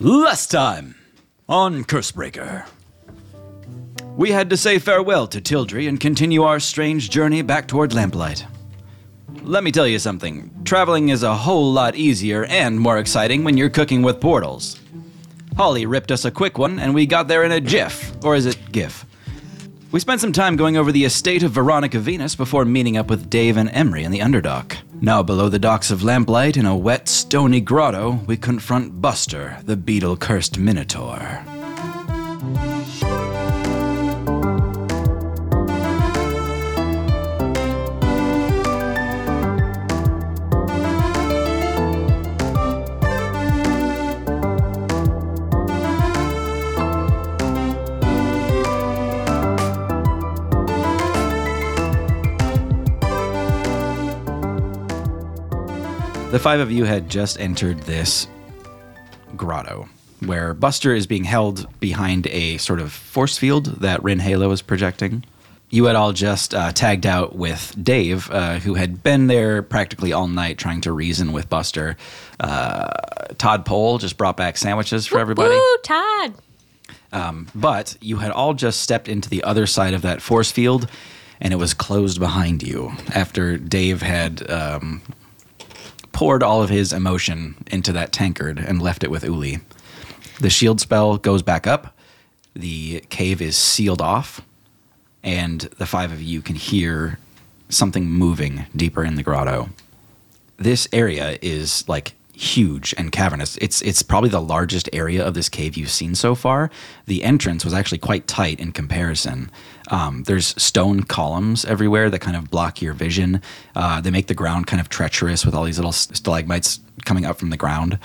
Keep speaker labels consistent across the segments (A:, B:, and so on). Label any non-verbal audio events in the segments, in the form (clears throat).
A: Last time on Cursebreaker, we had to say farewell to Tildry and continue our strange journey back toward Lamplight. Let me tell you something traveling is a whole lot easier and more exciting when you're cooking with portals. Holly ripped us a quick one, and we got there in a jiff, or is it GIF? We spent some time going over the estate of Veronica Venus before meeting up with Dave and Emery in the underdock. Now, below the docks of Lamplight in a wet, stony grotto, we confront Buster, the beetle cursed Minotaur. The five of you had just entered this grotto where Buster is being held behind a sort of force field that Rin Halo is projecting. You had all just uh, tagged out with Dave, uh, who had been there practically all night trying to reason with Buster. Uh, Todd Pole just brought back sandwiches for everybody.
B: Ooh, Todd.
A: But you had all just stepped into the other side of that force field, and it was closed behind you after Dave had um, poured all of his emotion into that tankard and left it with Uli. The shield spell goes back up, the cave is sealed off, and the five of you can hear something moving deeper in the grotto this area is like huge and cavernous. It's it's probably the largest area of this cave you've seen so far. The entrance was actually quite tight in comparison. Um, there's stone columns everywhere that kind of block your vision. Uh, they make the ground kind of treacherous with all these little s- stalagmites coming up from the ground.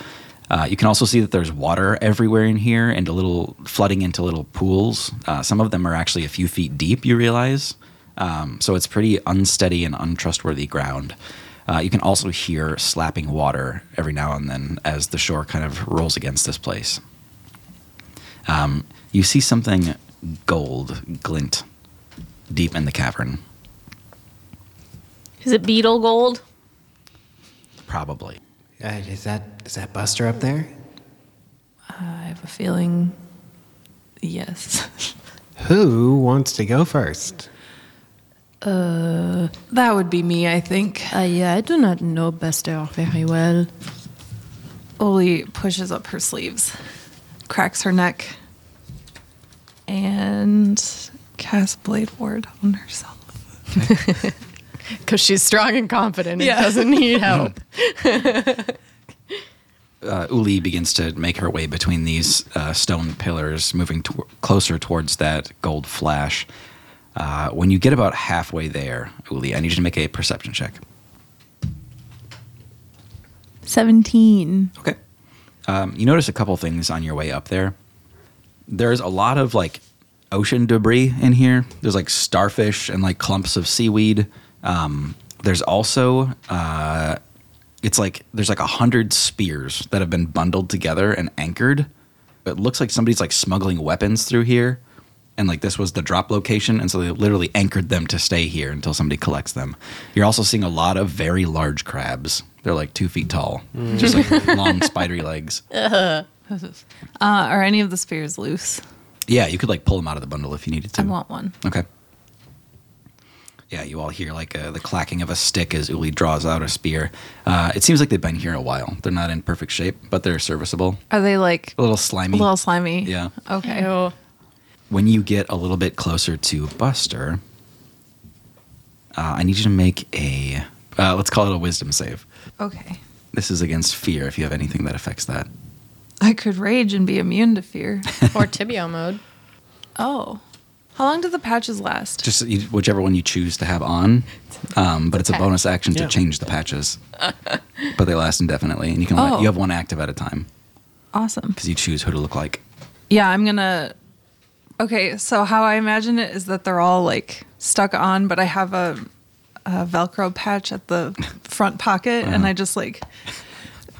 A: Uh, you can also see that there's water everywhere in here and a little flooding into little pools. Uh, some of them are actually a few feet deep. You realize. Um, so it's pretty unsteady and untrustworthy ground. Uh, you can also hear slapping water every now and then as the shore kind of rolls against this place. Um, you see something gold glint deep in the cavern,
B: Is it beetle gold?
A: probably.
C: Uh, is that is that Buster up there?
D: I have a feeling yes. (laughs)
C: Who wants to go first?
D: that would be me, I think.
E: I, I do not know Bester very well.
D: Oli pushes up her sleeves, cracks her neck, and casts Blade Ward on herself.
E: Because she's strong and confident
D: Yeah.
E: and doesn't need (laughs) help.
A: Uh, Uli begins to make her way between these uh, stone pillars, moving to- closer towards that gold flash. Uh, when you get about halfway there, Uli, I need you to make a perception check.
E: 17.
A: Okay. Um, you notice a couple things on your way up there. There's a lot of like ocean debris in here. There's like starfish and like clumps of seaweed. Um, there's also uh, it's like there's like a hundred spears that have been bundled together and anchored. It looks like somebody's like smuggling weapons through here, and like this was the drop location, and so they literally anchored them to stay here until somebody collects them. You're also seeing a lot of very large crabs. They're like two feet tall, just like long spidery legs.
D: Uh, are any of the spears loose?
A: Yeah, you could like pull them out of the bundle if you needed to.
D: I want one.
A: Okay. Yeah, you all hear like uh the clacking of a stick as Uli draws out a spear. Uh, it seems like they've been here a while. They're not in perfect shape, but they're serviceable.
D: Are they like
A: A little slimy.
D: a little slimy?
A: Yeah.
D: Okay.
E: Ew.
A: When you get a little bit closer to Buster, uh, I need you to make a uh, let's call it a wisdom save.
D: Okay.
A: This is against fear. If you have anything that affects that,
D: I could rage and be immune
A: (laughs)
D: to fear.
E: or tibio mode.
D: oh. How long do the patches last?
A: just you- whichever one you choose to have on. Um, but it's a
E: patch.
A: bonus action to
C: Yeah.
A: change the patches, but they last indefinitely, and you can let-
D: Oh.
A: you have one active at a time
D: awesome.
A: because you choose who to look like.
D: Yeah, I'm gonna. Okay, so how I imagine it is that they're all like stuck on, but I have a, a Velcro patch at the front pocket, and
A: Uh-huh.
D: I just like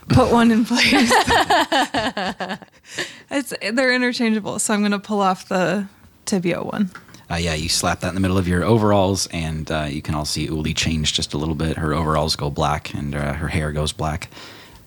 D: put one
A: (laughs)
D: in place. it's they're interchangeable, so I'm gonna pull off the tibia one.
A: Uh, yeah, you slap that in the middle of your overalls, and uh, you can all see Uli change just a little bit. Her overalls go black, and uh, her hair goes black.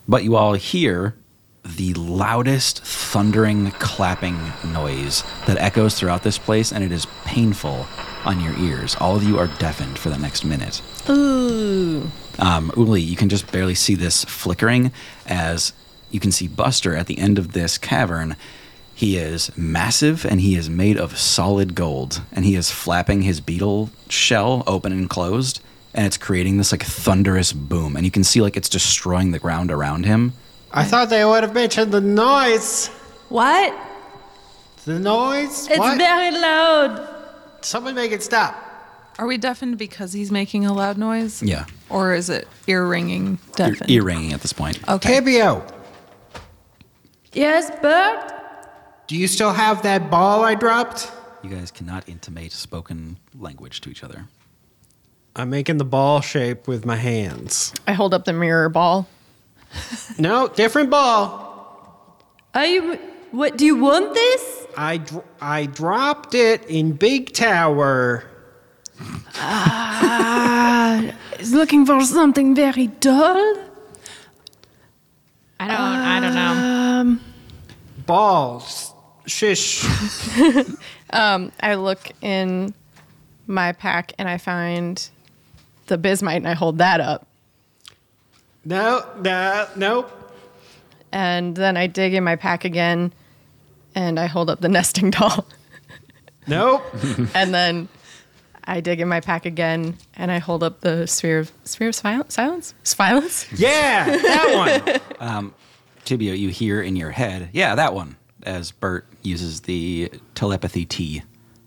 A: But you all hear the loudest thundering clapping noise that echoes throughout this place, and it is painful on your ears. All of you are deafened for the next minute.
E: Ooh.
A: Um, Uli, you can just barely see this flickering as you can see Buster at the end of this cavern. He is massive and he is made of solid gold, and he is flapping his beetle shell open and closed, and it's creating this like thunderous boom. And you can see like it's destroying the ground around him.
C: I thought they would have mentioned the noise.
B: What?
C: The noise?
B: It's
C: what?
B: very loud.
C: Someone make it stop.
D: Are we deafened because he's making a loud noise?
A: Yeah.
D: Or is it ear ringing
A: You're
D: deafened?
A: ear ringing at this point.
C: Oh.
D: Okay.
C: Cabio,
B: Yes, bird?
C: do you still have that ball I dropped?
A: You guys cannot intimate spoken language to each other.
C: I'm making the ball shape with my hands.
E: I hold up the mirror ball.
C: No, different ball.
B: Are you. What? Do you want this?
C: I, dr- I dropped it in Big Tower.
B: Is looking for something very dull?
E: I don't. I don't know.
C: Balls. (laughs) Shish.
E: I look in my pack and I find the bismite and I hold that up.
C: No, no, nope.
E: And then I dig in my pack again and I hold up the (laughs) nesting doll.
C: Nope.
E: and then I dig in my pack again and I hold up the sphere of sphere of sil- silence. Silence.
C: yeah, that (laughs) one.
A: Tibio, you hear in your head, yeah, that one, as Bert uses the telepathy tea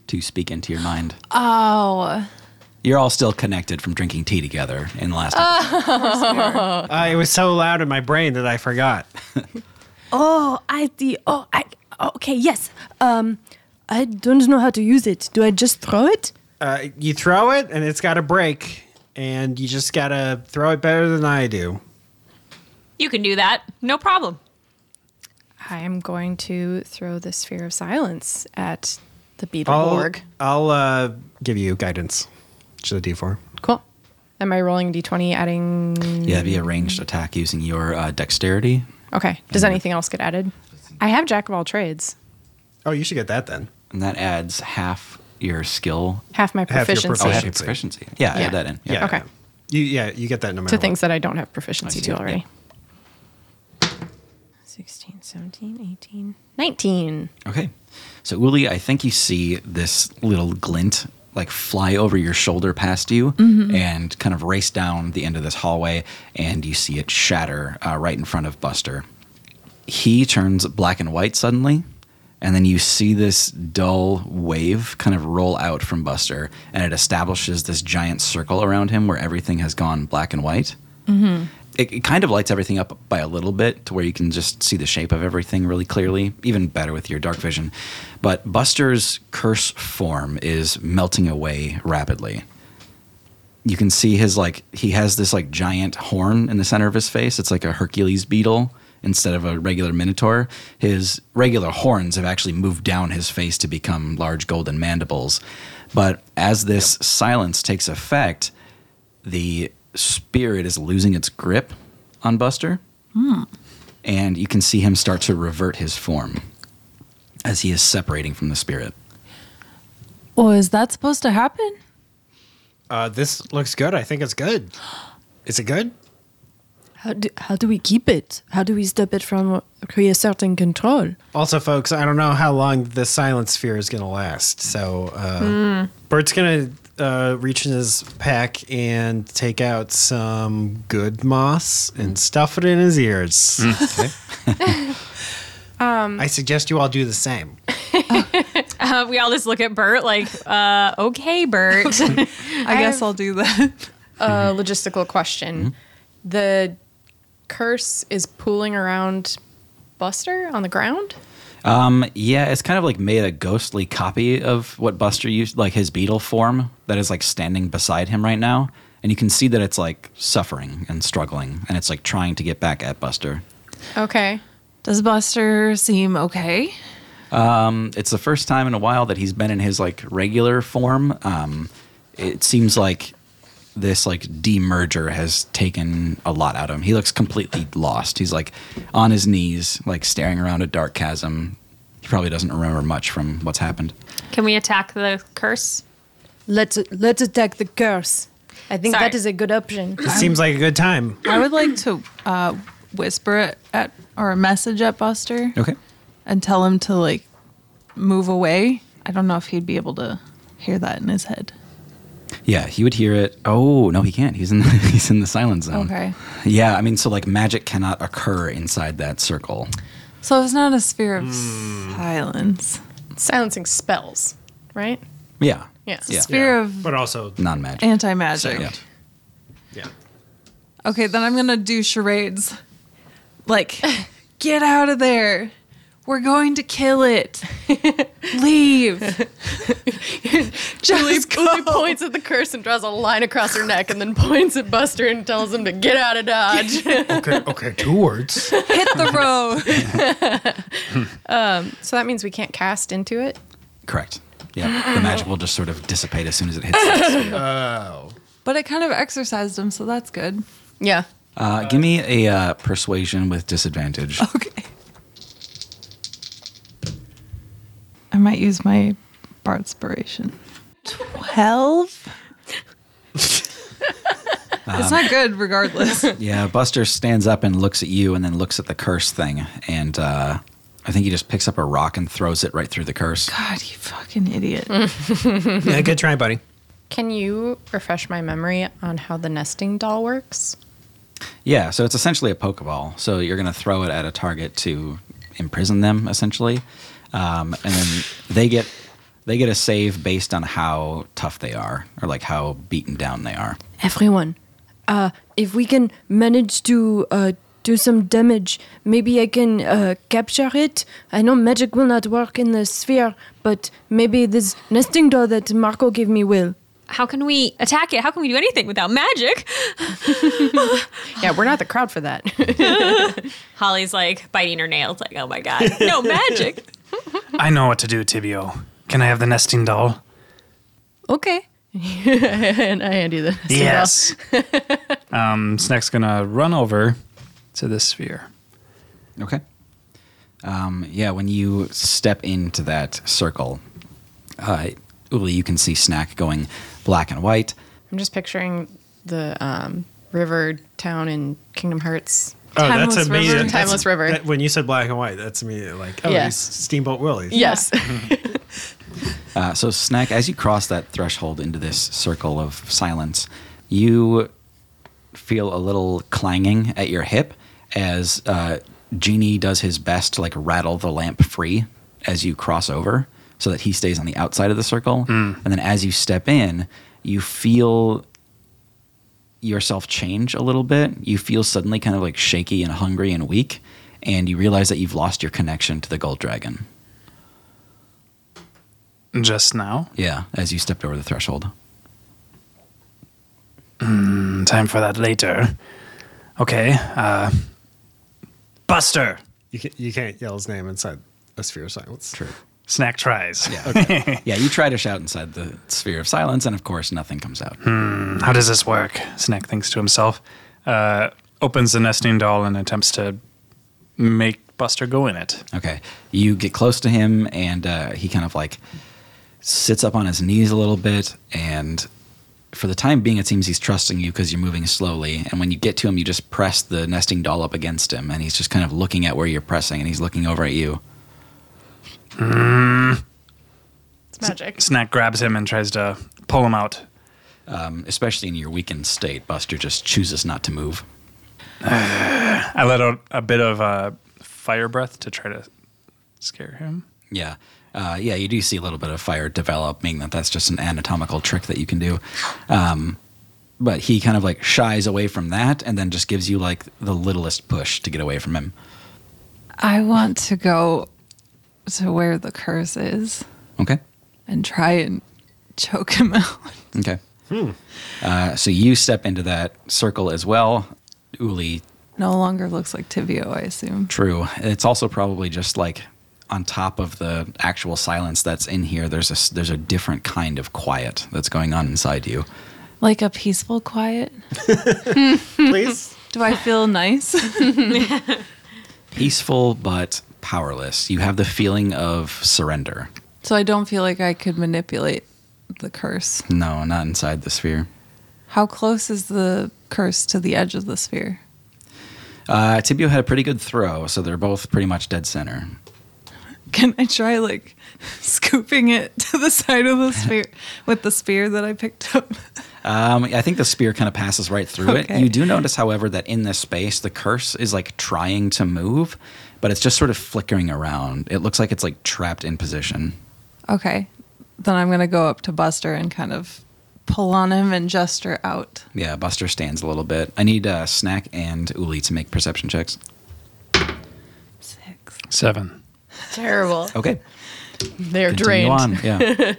A: to speak into your mind.
D: Oh.
A: You're all still connected from drinking tea together in the last episode.
C: Uh, it was so loud in my brain that I forgot.
B: Oh, I see. Oh, I. Okay, yes. Um, I don't know how to use it. Do I just throw it?
C: Uh, you throw it and it's got a break, and you just gotta throw it better than I do.
F: You can do that. No problem.
E: (laughs) I am going to throw the sphere of silence at the
C: I'll,
E: Beetleborg.
C: I'll uh, give you guidance. To the D4.
E: Cool. Am I rolling d d20 adding?
A: Yeah, it'd be a ranged attack using your uh, dexterity.
E: Okay. Does anything else get added? I have jack of all trades.
C: Oh, you should get that then.
A: And that adds half your skill.
E: Half my
C: Half your
E: proficiency
A: Oh, half your
C: Proficiency.
A: proficiency. Yeah,
E: Yeah.
A: add that in.
C: Yeah.
E: Okay.
C: yeah. You, yeah, you get that no matter
E: to
C: what.
E: things that I don't have proficiency
A: I see.
E: to already. 16, 17, 18, 19.
A: Okay. So, Uli, I think you see this little glint like fly over your shoulder past you and kind of race down the end of this hallway, and you see it shatter uh, right in front of Buster. He turns black and white suddenly, and then you see this dull wave kind of roll out from Buster, and it establishes this giant circle around him where everything has gone black and white. It, it kind of lights everything up by a little bit to where you can just see the shape of everything really clearly, even better with your dark vision. But Buster's curse form is melting away rapidly. You can see his like he has this like giant horn in the center of his face. It's like a Hercules beetle instead of a regular minotaur. His regular horns have actually moved down his face to become large golden mandibles. But as this silence takes effect, the spirit is losing its grip on Buster. And you can see him start to revert his form as he is separating from the spirit.
D: Well, is that supposed to happen?
C: Uh, this looks good. I think it's good. Is it good?
B: How do, how do we keep it? How do we stop it from reasserting control?
C: Also, folks, I don't know how long this silent sphere is going to last. So, uh, Bert's going to uh, reach in his pack and take out some good moss and stuff it in his ears. Mm, (laughs) I suggest you all do the same.
F: Uh, we all just look at Bert like, uh, okay, Bert.
D: I, guess I'll do that.
E: A logistical question. The curse is pooling around Buster on the ground?
A: Um, yeah, it's kind of like made a ghostly copy of what Buster used, like his beetle form that is like standing beside him right now. And you can see that it's like suffering and struggling and it's like trying to get back at Buster.
E: Okay.
D: Does Buster seem okay?
A: it's the first time in a while that he's been in his like regular form. Um, it seems like this like demerger has taken a lot out of him. He looks completely lost. He's like on his knees, like staring around a dark chasm. He probably doesn't remember much from what's happened.
F: (laughs) Can we attack the curse?
B: Let's let's attack the curse. I think
F: Sorry.
B: that is a good option.
C: It seems like a good time.
D: I would like to uh, whisper it at or a message at Buster
A: Okay.
D: and tell him to like move away. I don't know if he'd be able to hear that in his head.
A: Yeah, he would hear it. Oh no, he can't. He's in the, (laughs) he's in the silent zone.
D: Okay.
A: Yeah, I mean, so like magic cannot occur inside that circle.
D: So it's not a sphere of
A: Hmm.
D: silence.
E: Silencing spells, right?
A: Yeah.
E: Yeah.
A: Yeah.
D: Sphere of
C: But also,
A: Non magic.
D: anti magic.
A: Yeah.
C: yeah.
D: Okay, then I'm gonna do charades. Like, (laughs) get out of there. We're going to kill it. Leave.
E: Julie, Julie (laughs) points at the curse and draws a line across her neck and then points at Buster and tells him to get out of Dodge.
C: Okay, okay, two words.
D: Hit the road.
E: (laughs) so that means we can't cast into it?
A: Correct. Yeah. The magic will just sort of dissipate as soon as it hits. that sphere.
D: But it kind of exercised him, so that's good.
E: Yeah.
A: Uh, give me a uh, persuasion with
D: (laughs)
A: disadvantage.
D: Okay. I might use my bar inspiration. Twelve. (laughs) it's not good, regardless.
A: Yeah, Buster stands up and looks at you and then looks at the curse thing. And uh, I think he just picks up a rock and throws it right through the curse.
D: God, you fucking idiot.
C: yeah, good try, buddy.
E: Can you refresh my memory on how the nesting doll works?
A: Yeah, so it's essentially a Pokeball. So you're going to throw it at a target to imprison them, essentially. Um, and then they get they get a save based on how tough they are or like how beaten down they are.
B: Everyone, uh, if we can manage to uh, do some damage, maybe I can uh, capture it. I know magic will not work in the sphere, but maybe this nesting doll that Marco gave me will.
F: How can we attack it? How can we do anything without magic?
E: Yeah, we're not the crowd for that. (laughs)
F: Holly's like biting her nails, like, oh my God, (laughs) no magic.
G: I know what to do, Tibio. Can I have the nesting doll?
B: Okay.
E: and I hand you the nesting
G: Yes. um, Snake's gonna run over to this sphere.
A: Okay. Um, yeah, when you step into that circle, uh, Uli, you can see Snack going black and white.
E: doll. I'm just picturing the um, river town in Kingdom Hearts.
C: Oh,
D: Timeless
C: that's
D: River.
C: amazing. That's-
E: Timeless River.
C: that- when you said black and white, that's immediately like, oh,
E: Yeah.
C: he's Steamboat Willie.
E: Yes.
A: Uh, so, Snack, as you cross that threshold into this circle of silence, you feel a little clanging at your hip as uh, Genie does his best to like rattle the lamp free as you cross over so that he stays on the outside of the circle. And then as you step in, you feel yourself change a little bit. You feel suddenly kind of like shaky and hungry and weak. And you realize that you've lost your connection to the gold dragon.
G: Just now.
A: Yeah, as you stepped over the threshold.
G: Mm, Time for that later. Okay. Uh, Buster.
C: You, can, you can't yell his name inside a sphere of silence. True.
G: Snack tries.
A: Yeah, you try to shout inside the sphere of silence, and of course, nothing comes out.
G: Mm, How does this work? Snack thinks to himself. Uh, opens the nesting doll and attempts to make Buster go in it.
A: Okay, you get close to him, and uh, he kind of like sits up on his knees a little bit, and for the time being, it seems he's trusting you because you're moving slowly. And when you get to him, you just press the nesting doll up against him, and he's just kind of looking at where you're pressing, and he's looking over at you.
E: it's (laughs) magic.
G: Snack grabs him and tries to pull him out.
A: Um, especially in your weakened state, Buster just chooses not to move.
G: I let out a bit of uh, fire breath to try to scare him.
A: Yeah. Uh, yeah, you do see a little bit of fire develop, meaning that that's just an anatomical trick that you can do. Um, but he kind of like shies away from that and then just gives you like the littlest push to get away from him.
D: I want to go to where the curse is
A: Okay.
D: and try and choke him out. (laughs)
A: Okay. Uh, so you step into that circle as well. Uli,
D: No longer looks like Tibio, I assume.
A: true. It's also probably just like on top of the actual silence that's in here, there's a, s- there's a different kind of quiet that's going on inside you.
D: Like a peaceful quiet.
C: Please.
D: Do I feel nice? (laughs)
A: Peaceful but powerless. You have the feeling of surrender.
D: so I don't feel like I could manipulate the curse.
A: No, not inside the sphere.
D: How close is the curse to the edge of the sphere?
A: Uh, Tibio had a pretty good throw, so they're both pretty much dead center.
D: Can I try like (laughs) scooping it (laughs) to the side of the sphere with the spear that I picked up? (laughs)
A: Um, I think the spear kind of passes right through it.
D: Okay.
A: You do notice, however, that in this space, the curse is like trying to move, but it's just sort of flickering around. It looks like it's like trapped in position.
D: Okay. Then I'm going to go up to Buster and kind of pull on him and gesture out.
A: Yeah, Buster stands a little bit. I need uh, Snack and Uli to make perception checks.
D: Six.
G: Seven.
E: (laughs) Terrible.
A: Okay.
E: They're
A: Oh, Continue
E: drained.
A: on.
E: (laughs)
A: Yeah.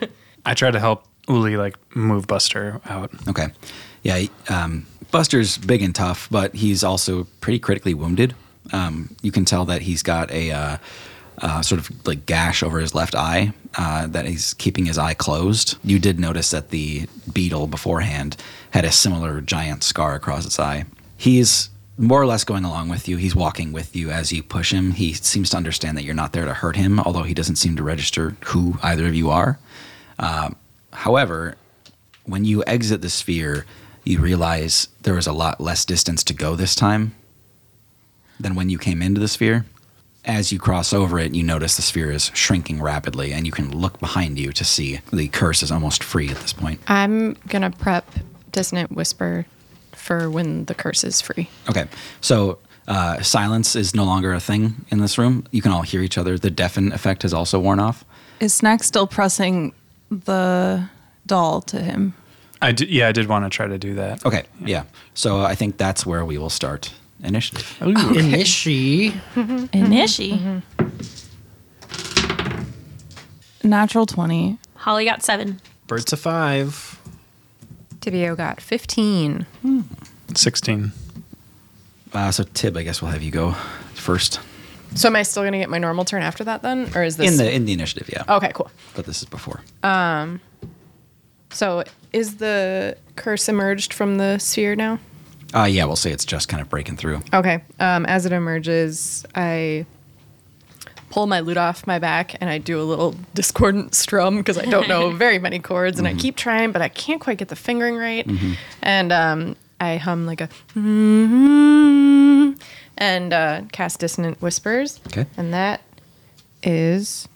G: I try to help Uli like move Buster out.
A: okay. Yeah. he- Um, Buster's big and tough, but he's also pretty critically wounded. Um, you can tell that he's got a uh, uh, sort of like gash over his left eye uh, that he's keeping his eye closed. You did notice that the beetle beforehand had a similar giant scar across its eye. He's more or less going along with you. He's walking with you as you push him. He seems to understand that you're not there to hurt him, although he doesn't seem to register who either of you are. Uh, However, when you exit the sphere, you realize there was a lot less distance to go this time than when you came into the sphere. As you cross over it, you notice the sphere is shrinking rapidly, and you can look behind you to see the curse is almost free at this point.
E: I'm gonna prep Dissonant Whisper for when the curse is free.
A: Okay, so uh, silence is no longer a thing in this room. You can all hear each other. The deafen effect has also worn off.
D: Is Snack still pressing the doll to him?
G: I d- yeah, I did want to try to do that.
A: Okay, yeah. So I think that's where we will start initiative.
G: Ooh.
C: Inishi.
F: Initiate.
D: Natural 20.
F: Holly got seven.
C: (laughs) Birds of five.
E: Tibio got 15.
G: Sixteen.
A: Uh, so Tib, I guess we'll have you go first
E: So am I still gonna get my normal turn after that then, or is this Oh.
A: in the in the initiative. Yeah.
E: Okay, cool.
A: But this is before.
E: So is the curse emerged from the sphere now?
A: Uh, yeah, we'll say it's just kind of breaking through.
E: Okay. Um, as it emerges, I pull my lute off my back and I do a little discordant strum because I don't know very many chords and I keep trying, but I can't quite get the fingering right. And um, I hum like a and uh, cast dissonant whispers.
A: Okay.
E: And that is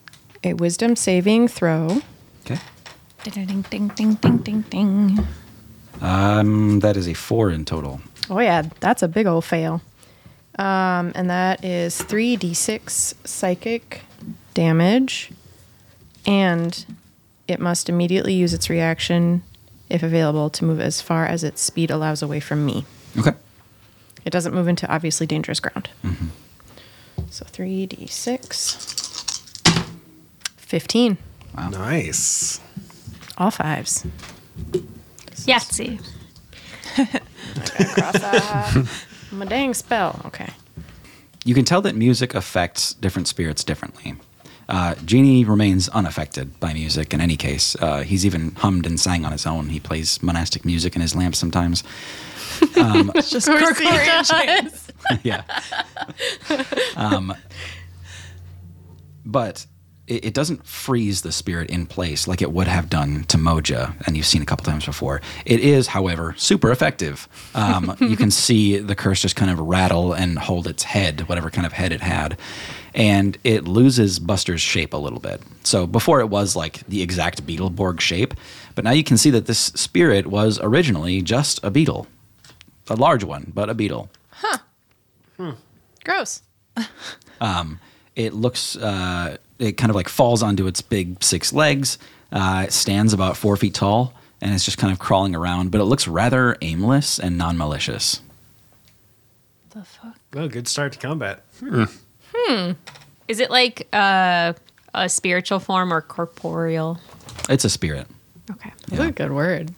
E: a wisdom saving throw.
A: Okay.
F: Ding ding ding ding ding ding ding.
A: Um, that is a four in total.
E: Oh yeah, that's a big old fail. Um, and that is three d six psychic damage, and it must immediately use its reaction, if available, to move as far as its speed allows away from me.
A: Okay.
E: It doesn't move into obviously dangerous ground. So three d six. Fifteen.
C: Nice.
E: All fives.
F: (laughs) Yahtzee.
E: (laughs) Cross off my dang spell. Okay.
A: You can tell that music affects different spirits differently. Uh, Genie remains unaffected by music in any case. Uh, he's even hummed and sang on his own. He plays monastic music in his lamp sometimes.
E: Just of
A: (laughs) yeah. um, but it, it doesn't freeze the spirit in place like it would have done to Moja, and you've seen a couple times before. It is, however, super effective. Um, you can see the curse just kind of rattle and hold its head, whatever kind of head it had, and it loses Buster's shape a little bit. So before it was like the exact Beetleborg shape, but now you can see that this spirit was originally just a beetle. A large one, but a beetle.
E: Gross.
A: it looks uh, it kind of like falls onto its big six legs uh, it stands about four feet tall and it's just kind of crawling around but it looks rather aimless and non-malicious
D: The fuck?
C: Well, good start to combat.
F: Is it like uh, a spiritual form or corporeal?
A: it's a spirit
F: Okay.
E: That's a good word.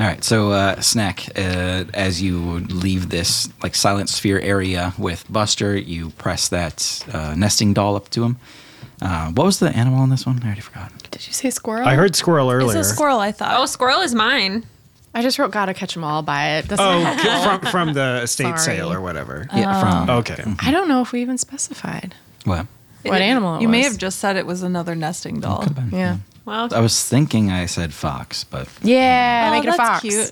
A: all right so uh, snack uh, as you leave this like silent sphere area with buster you press that uh, nesting doll up to him uh, what was the animal in this one i already forgot
E: Did you say squirrel?
C: I heard squirrel earlier.
D: It's a squirrel, I
F: Oh,
D: thought.
F: squirrel is mine.
E: I just wrote "Gotta Catch 'Em All" by it. That's not
C: Oh,
E: helpful.
C: g- from from the estate
E: Sorry.
C: sale or whatever.
A: Yeah, from
C: Oh, Okay.
E: I don't know if we even specified
A: what?
E: what animal it
D: You may
E: was.
D: have just said it was another nesting doll.
E: Yeah.
F: Well,
A: I was thinking I said fox, but
E: Yeah,
D: Oh,
E: make it a
D: that's
E: fox.
D: cute.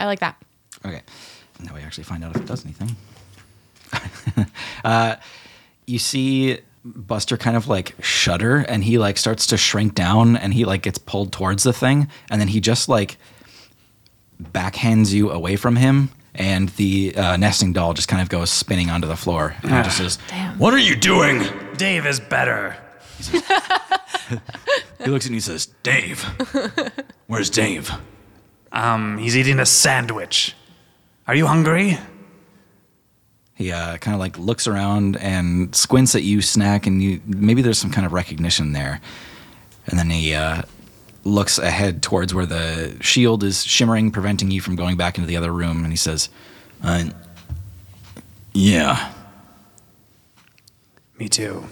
E: I like that.
A: okay. Now we actually find out if it does anything. (laughs) uh, you see Buster kind of like shudder, and he like starts to shrink down, and he like gets pulled towards the thing, and then he just like backhands you away from him. And the uh, nesting doll just kind of goes spinning onto the floor and he just says, "What are you doing?"
G: Dave is better.
A: He looks at me and says, "Dave, where's Dave?"
G: Um, he's eating a sandwich. Are you hungry?
A: He uh, kind of like looks around and squints at you, snack, and you maybe there's some kind of recognition there. And then he uh, looks ahead towards where the shield is shimmering, preventing you from going back into the other room. And he says, uh, "Yeah,
G: Me too.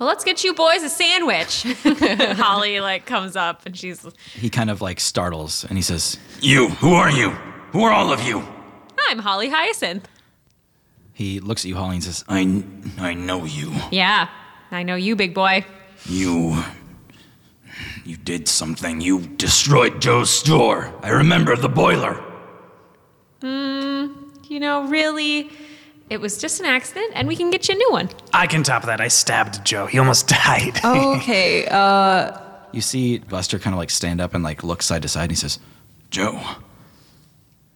F: well, let's get you boys a sandwich. (laughs) Holly like comes up and she's,
A: he kind of like startles and he says, You, who are you? Who are all of you?
F: I'm Holly Hyacinth.
A: He looks at you, Holly, and says, I, kn- I know you.
F: Yeah, I know you, big boy.
A: You. You did something. You destroyed Joe's store. I remember the boiler.
F: You know, really, it was just an accident, and we can get you a new (laughs) one.
G: I can top that. I stabbed Joe. He almost (laughs) died.
D: Oh, Okay. Uh,
A: You see Buster kind of like stand up and like look side to side and he says, Joe.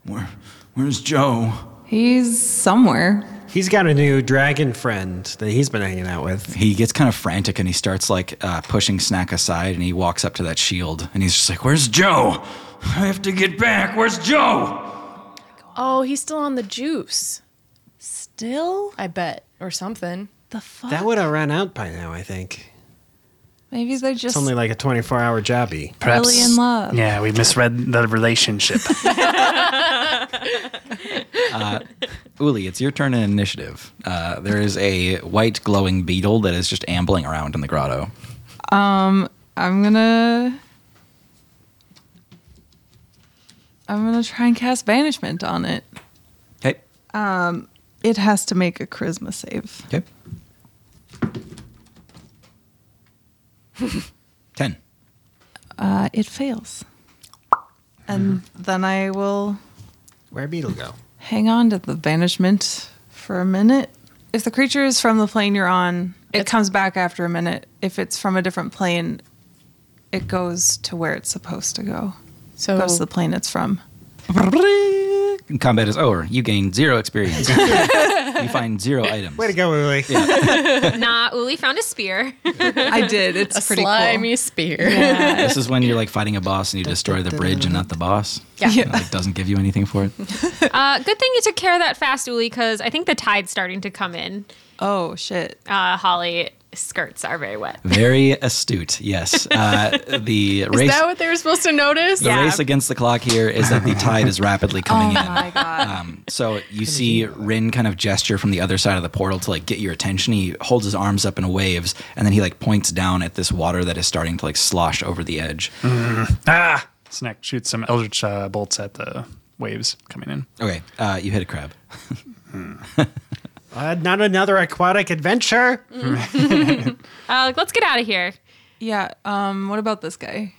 A: Where, where's Joe?
D: he's somewhere.
C: He's got a new dragon friend that he's been hanging out with.
A: He gets kind of frantic and he starts like uh, pushing Snack aside and he walks up to that shield and he's just like, Where's Joe? I have to get back. Where's Joe?
E: Oh, he's still on the juice.
D: Still?
E: I bet, or something.
D: The fuck?
C: That would have run out by now, I think.
D: Maybe they're just.
C: It's only like a 24 hour jobby.
G: Perhaps-
D: really in love.
G: Yeah, we misread the relationship. (laughs)
A: Uli, it's your turn in initiative. Uh, there is a white glowing beetle that is just ambling around in the grotto.
D: I'm gonna. I'm gonna try and cast banishment on it.
A: Okay.
D: It has to make a charisma save.
A: Okay. (laughs) 10.
D: Uh, it fails, and
E: Mm-hmm.
D: then I will
C: Where Beetle go?
D: hang on to the banishment for a minute. If the creature is from the plane you're on, it comes back after a minute. If it's from a different plane, it goes to where it's supposed to go.
E: So
D: goes to the plane it's from.
A: Combat is over. You gain zero
E: (laughs)
A: experience. you find zero items.
C: Way to go, Uli.
F: nah, Uli found a spear.
D: (laughs) I did. It's
E: a
D: pretty
E: slimy spear.
A: This is when you're like fighting a boss and you destroy the bridge and not the boss.
E: Yeah.
A: It like, doesn't give you anything for it.
F: uh, good thing you took care of that fast, Uli, because I think the tide's starting to come in.
D: cool. Oh shit.
F: Uh, Holly skirts are very wet.
A: Very astute. Yes. Uh, the race.
E: (laughs) Is that what they were supposed to notice?
A: the race against the clock here is that the tide is rapidly coming
E: Oh
A: in.
D: god.
A: Um, so you see Rin kind of gesture from the other side of the portal to like get your attention. He holds his arms up in waves, and then he like points down at this water that is starting to like slosh over the edge.
E: Mm.
G: ah! Snack shoots some eldritch uh, bolts at the waves coming in.
A: Okay, uh, you hit a crab.
C: Uh, not another aquatic adventure.
F: Uh, like, let's get out of here.
D: Yeah. Um. What about this guy?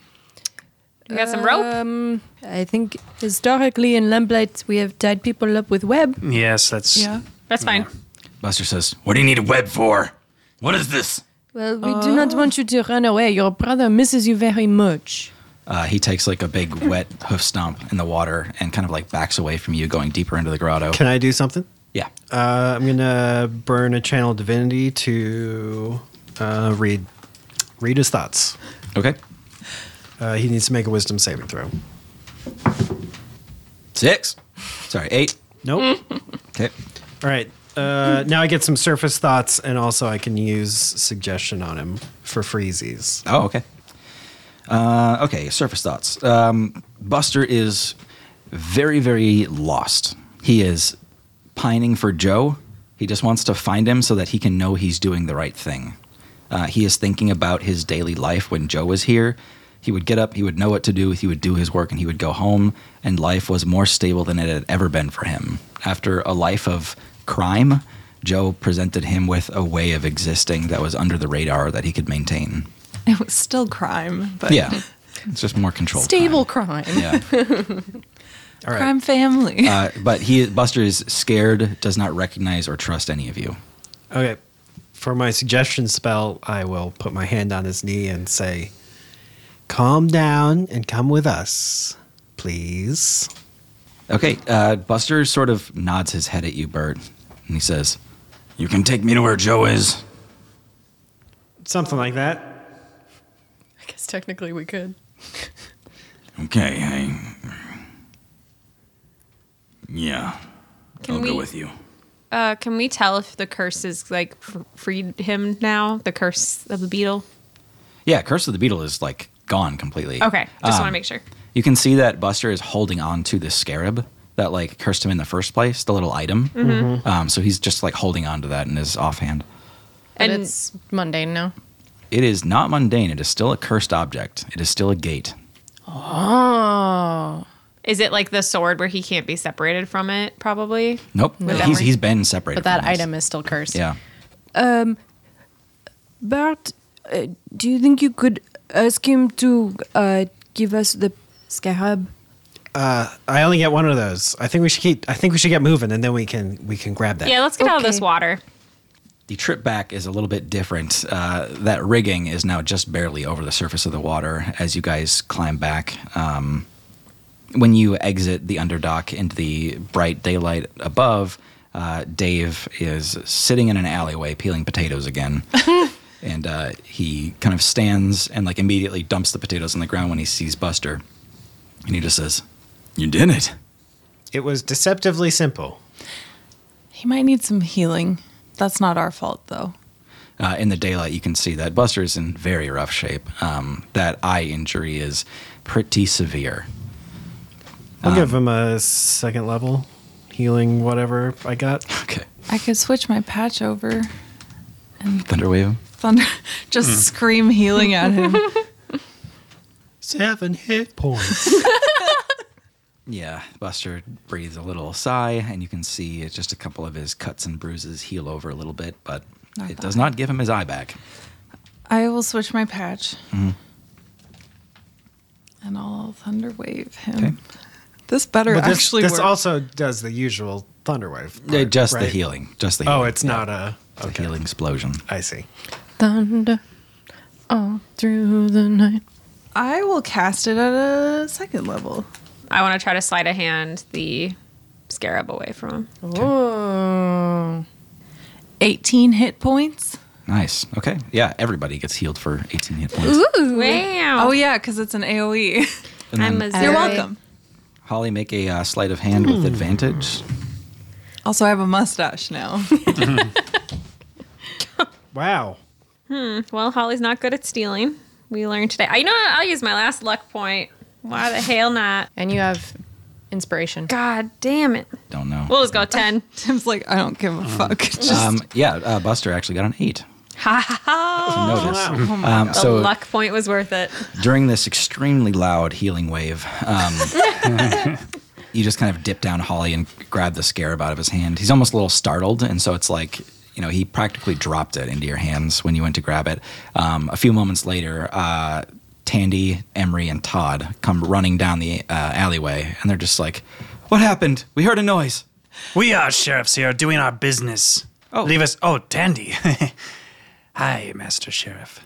F: We got some rope.
B: Um, I think historically in Lamplight we have tied people up with web.
G: Yes, that's.
D: Yeah.
F: That's fine.
A: Buster says, "What do you need a web for? What is this?"
B: Well, we do not want you to run away. Your brother misses you very much.
A: Uh, he takes like a big wet hoof stomp in the water and kind of like backs away from you, going deeper into the grotto.
C: Can I do something?
A: Yeah.
C: Uh, I'm gonna burn a channel divinity to uh, read read his thoughts.
A: Okay.
C: Uh, he needs to make a wisdom saving throw.
A: Six. Sorry, eight.
C: Nope.
A: Okay.
C: All right. Uh, now I get some surface thoughts, and also I can use suggestion on him for freezies.
A: Oh, okay. Uh, okay, surface thoughts. Um, Buster is very, very lost. He is pining for Joe. He just wants to find him so that he can know he's doing the right thing. Uh, he is thinking about his daily life when Joe was here. He would get up, he would know what to do, he would do his work, and he would go home. And life was more stable than it had ever been for him. After a life of crime, Joe presented him with a way of existing that was under the radar that he could maintain.
D: (laughs) It was still crime, but
A: Yeah. (laughs) It's just more controlled.
E: Stable
A: crime.
E: crime.
A: Yeah.
C: All right.
D: crime family.
A: Uh, but he Buster is scared, does not recognize or trust any of you.
C: Okay. For my suggestion spell, I will put my hand on his knee and say, "Calm down and come with us, please."
A: Okay, uh, Buster sort of nods his head at you, Bert, and he says, "You can take me to where Joe is."
C: Something like that.
E: I guess technically we could.
A: Okay, I. Yeah,
F: Can I'll go we- with
A: you.
F: Uh, can we tell if the curse is like f- freed him now? The curse of the beetle.
A: Yeah, Curse of the Beetle is like gone completely.
F: Okay, just want to
A: Um,
F: make sure.
A: You can see that Buster is holding on to the scarab that like cursed him in the first place, the little item.
E: Mm-hmm.
A: Um, so he's just like holding on to that in his offhand.
E: And
F: And-
E: it's mundane now.
A: It is not mundane. It is still a cursed object. It is still a gate.
E: Oh.
F: Is it like the sword where he can't be separated from it? Probably.
A: Nope.
F: that
A: He's,
F: work?
A: he's been separated.
E: But that
A: from this.
E: item is still cursed.
A: Yeah.
B: Bert, uh, do you think you could ask him to uh, give us the scarab?
C: I only get one of those. I think we should keep. I think we should get moving, and then we can we can grab that.
F: Yeah, let's get out of this
B: Okay.
F: water.
A: The trip back is a little bit different. Uh, that rigging is now just barely over the surface of the water as you guys climb back. Um, when you exit the underdock into the bright daylight above, uh, Dave is sitting in an alleyway peeling potatoes again. and uh, he kind of stands and like immediately dumps the potatoes on the ground when he sees Buster. And he just says, You did it.
C: It was deceptively simple.
D: (laughs) He might need some healing. That's not our fault, though.
A: uh, in the daylight, you can see that Buster is in very rough shape. Um, that eye injury is pretty severe. (laughs)
C: I'll give him a second level healing, whatever I got.
A: Okay,
D: I could switch my patch over.
A: Thunderwave.
D: Thunder, (laughs)
A: Mm.
D: just scream healing
A: (laughs)
D: at him.
C: Seven hit points.
A: Yeah, Buster breathes a little sigh, and you can see it's just a couple of his cuts and bruises heal over a little bit, but
D: Not
A: it
D: bad.
A: does not give him his eye back.
D: I will switch my patch.
A: Mm-hmm.
D: And I'll thunder wave him.
A: Okay.
D: This better
C: but this,
D: actually
C: this
D: work.
C: also does the usual thunderwave.
A: Uh, just the
C: right?
A: healing. Just the healing.
C: Oh, it's not a.
A: It's a healing explosion.
C: I see.
E: Thunder all through the night.
D: I will cast it at a second level.
F: I want to try to slide a hand the scarab away from him.
E: Oh.
D: 18 hit points.
A: Nice. Okay. Yeah, everybody gets healed for 18 hit points.
D: (laughs)
F: Wow.
D: Oh, yeah, because it's an
F: (laughs)
D: AoE.
A: And
F: I'm
A: then,
F: a
D: You're
F: zero.
D: welcome.
A: Holly, make a uh, sleight of hand with advantage.
D: Also, I have a mustache now. (laughs)
C: Wow.
F: Well, Holly's not good at stealing. We learned today. I you know what? I'll use my last luck point. Why the hell not?
E: And you have inspiration.
F: God damn it.
A: Don't know.
F: We'll just go 10.
D: Tim's like, I don't give a fuck. (laughs) Just
A: um, yeah, uh, Buster actually got an eight.
D: Oh,
A: Ha ha! Notice. um,
F: The
A: so
F: luck point was worth it.
A: during this extremely loud healing wave, um, you just kind of dip down Holly and grab the scarab out of his hand. He's almost a little startled, and so it's like you know he practically dropped it into your hands when you went to grab it. Um, a few moments later. Uh, Tandy, Emery, and Todd come running down the uh, alleyway, and they're just like, "What happened? We heard a noise."
G: We are sheriffs here doing our business.
A: Oh.
G: Leave us. Oh, Tandy. (laughs) Hi, Master Sheriff.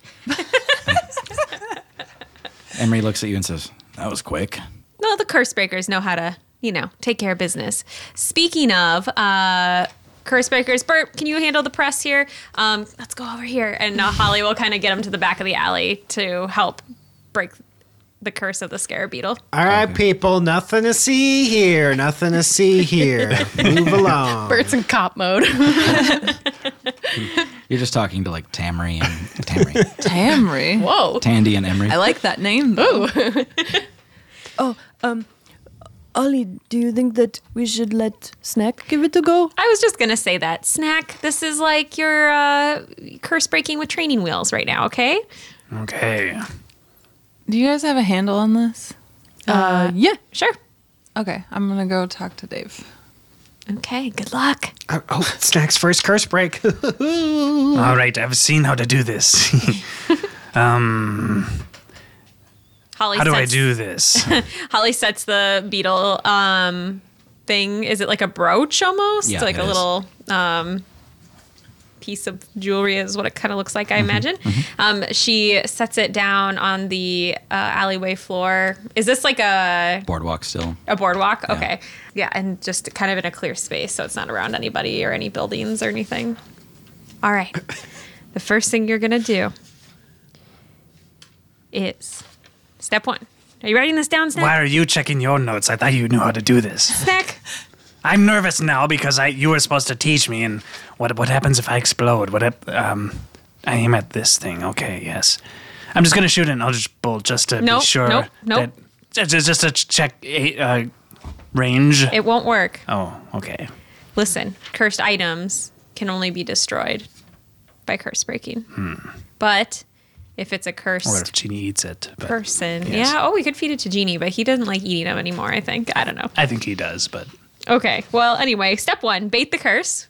A: Emery looks at you and says, "That was quick."
F: Well, the curse breakers know how to, you know, take care of business. Speaking of, uh, curse breakers, Bert, can you handle the press here? Um, let's go over here. And uh, Holly will kind of get him to the back of the alley to help break the curse of the scarab beetle.
C: All right, people, nothing to see here. Nothing to see (laughs) here. Move along.
E: Bert's in cop mode.
A: You're just talking to like Tamry and
D: (laughs)
A: Tamry,
D: Tamry.
E: Whoa.
A: Tandy and Emery.
D: I like that name, though.
B: Ollie, do you think that we should let Snack give it a go?
F: I was just gonna say that snack. This is like your uh, curse breaking with training wheels right now. Okay.
G: Okay.
D: Do you guys have a handle on this?
F: Uh, yeah, sure.
D: Okay, I'm gonna go talk to Dave.
F: Okay, good luck.
C: Oh, oh, snacks first curse break. (laughs)
G: All right, I've seen how to do this.
F: Holly
G: how do I
F: sets,
G: do this?
F: Holly sets the beetle um, thing. Is it like a brooch almost?
A: Yeah,
F: like
A: it
F: a
A: is.
F: little um, piece of jewelry is what it kind of looks like, I
A: Mm-hmm,
F: imagine. Um, she sets it down on the uh, alleyway floor. Is this like a,
A: Boardwalk still.
F: a boardwalk? Okay. Yeah, and just kind of in a clear space so it's not around anybody or any buildings or anything. All
A: (coughs)
F: right. the first thing you're going to do is step one. Are you writing this down, Snap?
G: Why are you checking your notes? I thought you knew how to do this.
F: Snack.
G: I'm nervous now because I you were supposed to teach me. And what what happens if I explode? What hap- um, I aim at this thing. Okay, yes. I'm just gonna shoot an Eldritch Bolt just to
F: Nope,
G: be sure.
F: nope, nope.
G: That, just, just to check eh, uh, range.
F: It won't work.
G: oh, okay.
F: Listen, cursed items can only be destroyed by curse breaking. But if it's a
G: Or
F: cursed
G: if Genie eats it. But
F: person,
G: yes.
F: yeah. Oh, we could feed it to Genie, but he doesn't like eating them anymore. I think. I don't know.
G: I think he does, but
F: Okay. Well, anyway, step one: bait the curse.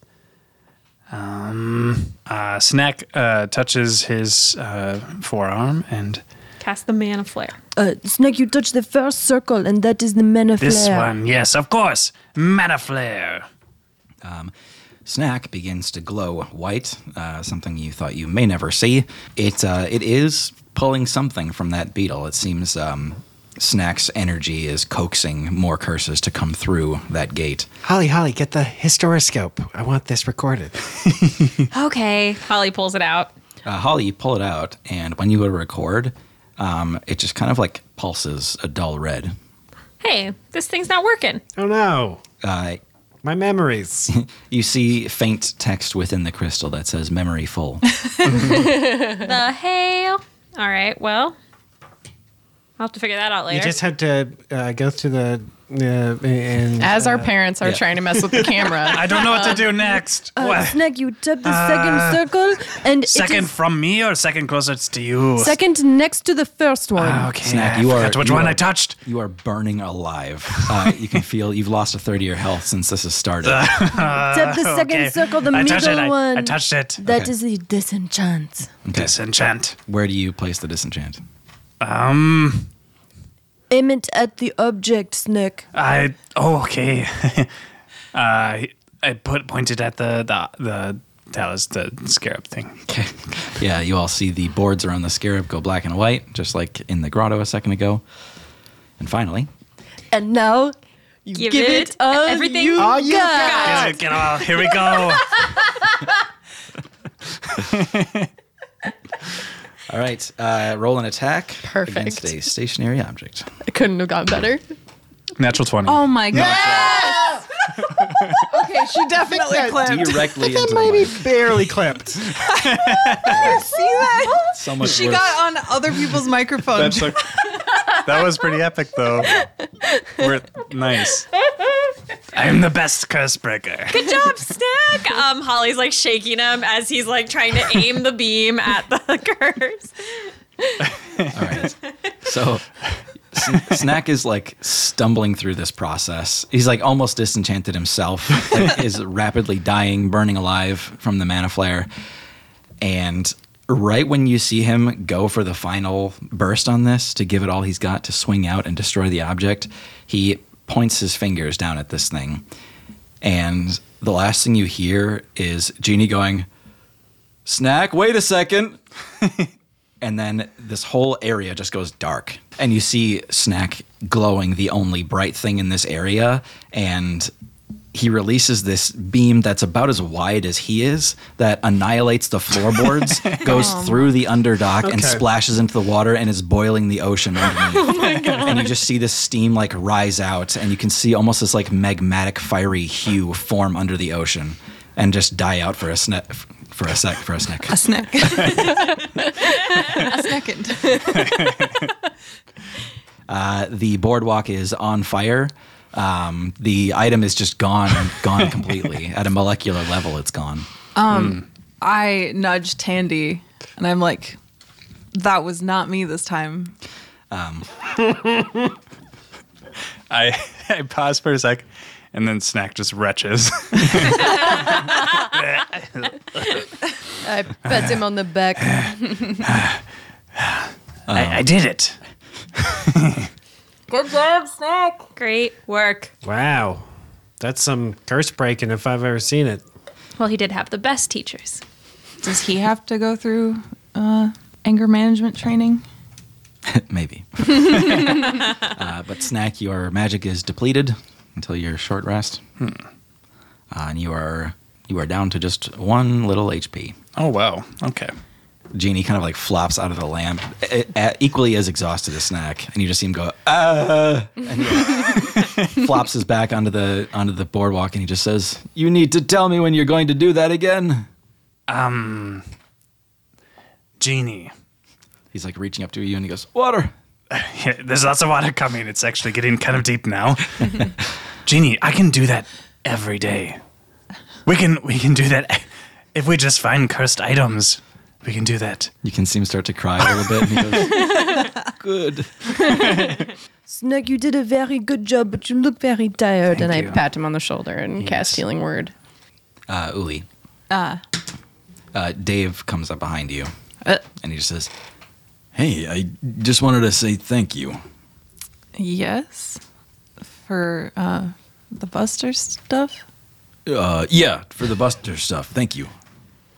G: Uh, Snack uh, touches his uh, forearm, and
F: Cast the mana flare.
B: Uh, Snake, you touch the first circle, and that is the mana
G: this
B: flare.
G: one, yes, of course, Mana Flare.
A: Snack begins to glow white, uh, something you thought you may never see. It uh, it is pulling something from that beetle. It seems um, Snack's energy is coaxing more curses to come through that gate.
C: Holly, Holly, get the historoscope. I want this recorded.
F: Okay. Holly pulls it out.
A: Uh, Holly, you pull it out, and when you go to record, um, it just kind of like pulses a dull red.
F: Hey, this thing's not working.
C: Oh no,
A: Uh, (laughs)
C: my memories.
A: you see faint text within the crystal that says "memory
G: (laughs)
A: full."
F: The Uh, hail. All right. Well, I'll have to figure that out later.
C: you just had to uh, go through the uh, and
E: As our parents are trying to mess with the camera.
G: I don't know what to do next.
B: Uh,
G: What? Uh,
B: Snake, you tap the second circle, and
G: Second
B: it is
G: from me or second closest to you?
B: second next to the first one.
G: Okay,
A: Snack,
G: I
A: you
G: forgot
A: are-
G: which
A: you
G: one
A: are-
G: I touched.
A: you are burning alive. Uh, you can feel you've lost a third of your health since this has started.
G: (laughs)
B: tap the second
G: Ah, Okay.
B: circle, the
G: I
B: middle
G: touched it. I-
B: one.
G: I, touched it.
B: That
A: Okay.
B: is the disenchant.
A: Okay.
G: Disenchant.
A: Where do you place the disenchant?
G: Um,
B: Aim it at the object, Snake.
G: I. Oh, okay. (laughs) uh, I put pointed at the the the that was the scarab thing.
A: Okay. (laughs) Yeah, you all see the boards around the scarab go black and white, just like in the grotto a second ago. And finally,
B: And now, you
F: Give
B: give,
F: it
B: it, all
F: everything
B: you
C: All you
B: got.
G: Get it, get all- Here we
A: (laughs)
G: go.
A: all right, uh, roll an attack
E: Perfect.
A: against a stationary object.
E: I couldn't have gotten better.
G: Natural twenty.
D: Oh my god!
E: Okay, she definitely.
A: Directly into
C: That
A: the
C: might
A: mic.
C: be barely clipped.
D: See that?
A: So much
D: She
A: worse.
D: got on other people's microphones.
G: that was pretty epic, though. We're, nice. I'm the best curse breaker.
F: Good job, Snack. Um, Holly's like shaking him as he's like trying to aim the beam at the (laughs) curse.
A: All right. So Sn- Snack is like stumbling through this process. He's like almost disenchanted himself, like, (laughs) is rapidly dying, burning alive from the mana flare. And right when you see him go for the final burst on this to give it all he's got to swing out and destroy the object, he points his fingers down at this thing. And the last thing you hear is Genie going, Snack, wait a second and then this whole area just goes dark and you see snack glowing the only bright thing in this area and he releases this beam that's about as wide as he is that annihilates the floorboards goes through the underdock and
C: Okay.
A: splashes into the water and is boiling the ocean underneath and you just see this steam like rise out and you can see almost this like magmatic fiery hue form under the ocean and just die out for a sne- for a sec for a snack
D: (laughs) a snack. a second.
A: the boardwalk is on fire. Um, the item is just gone, gone completely. At a molecular level, it's gone. (laughs)
D: I nudged Tandy, and I'm like, "That was not me this time."
H: (laughs) I, I pause for a sec, and then Snack just retches.
E: I pat him on the
G: (laughs)
E: back.
G: I, I did it.
F: Good job, Snack. Great work.
C: Wow. That's some curse breaking if I've ever seen it.
F: Well, he did have the best teachers.
D: Does he have to go through uh, anger management training?
A: Maybe. uh, but snack, your magic is depleted until your short rest, uh, and you are you are down to just one little HP.
H: oh wow. Okay.
A: Genie kind of like flops out of the lamp, e- e- equally as exhausted as Snack, and you just see him go ah, and he (laughs) flops his back onto the onto the boardwalk, and he just says, "You need to tell me when you're going to do that again."
G: Genie.
A: He's like reaching up to you, and he goes, "Water."
G: Yeah, (laughs) there's lots of water coming. It's actually getting kind of deep now. (laughs) Genie, I can do that every day. We can we can do that (laughs) if we just find cursed items. We can do that.
A: You can see him start to cry a little bit, and he goes, "Good."
B: Snug, you did a very good job, but you look very tired.
E: and
G: you.
E: I pat him on the shoulder and cast healing word.
A: Uh, Uli. Uh. Dave comes up behind you, and he just says, "Hey, I just wanted to say thank you."
D: Yes. For uh, the Buster stuff?
A: Uh, yeah, for the Buster stuff. Thank you.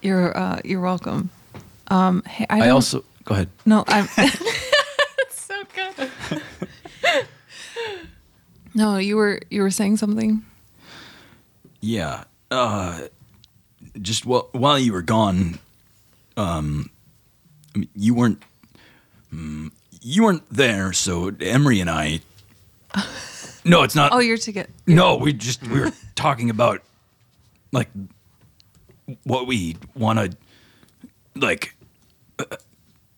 D: You're uh, you're welcome. Um, hey, I,
A: I
D: don't-
A: also go ahead.
D: no. I'm (laughs)
F: So good.
D: no. You were you were saying something.
A: Yeah. Uh, just while while you were gone, um, I mean, you weren't mm, you weren't there. So Emery and
F: (laughs)
A: I. No, it's not.
D: Oh, you're to get.
A: no, we just we were talking about like what we want to like.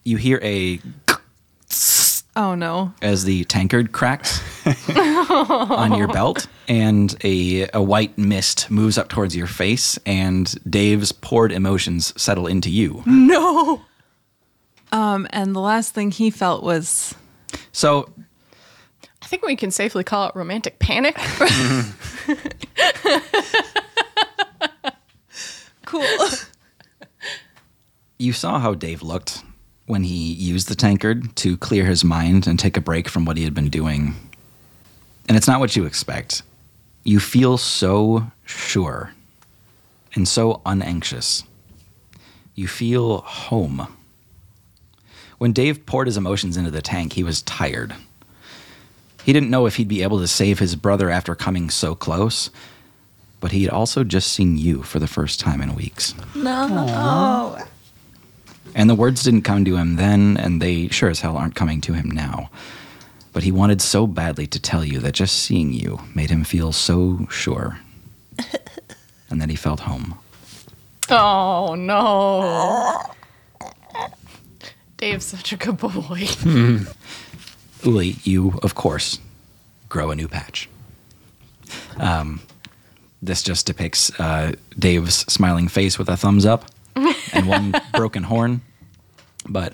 A: you hear a
D: Oh no.
A: as the tankard cracks on your belt and a, a white mist moves up towards your face and dave's poured emotions settle into you
D: Um, and the last thing he felt was
A: so
E: I think we can safely call it romantic panic.
D: cool.
A: you saw how dave looked when he used the tankard to clear his mind and take a break from what he had been doing and it's not what you expect you feel so sure and so unanxious you feel home When Dave poured his emotions into the tank, he was tired. He didn't know if he'd be able to save his brother after coming so close, but he'd also just seen you for the first time in weeks. No. And the words didn't come to him then, and they sure as hell aren't coming to him now. But he wanted so badly to tell you that just seeing you made him feel so sure. and that he felt home.
E: oh no. (laughs) Dave's such a good (laughs) boy.
A: Uli, you, of course, grow a new patch. Um, this just depicts uh, Dave's smiling face with a thumbs up and one broken horn. But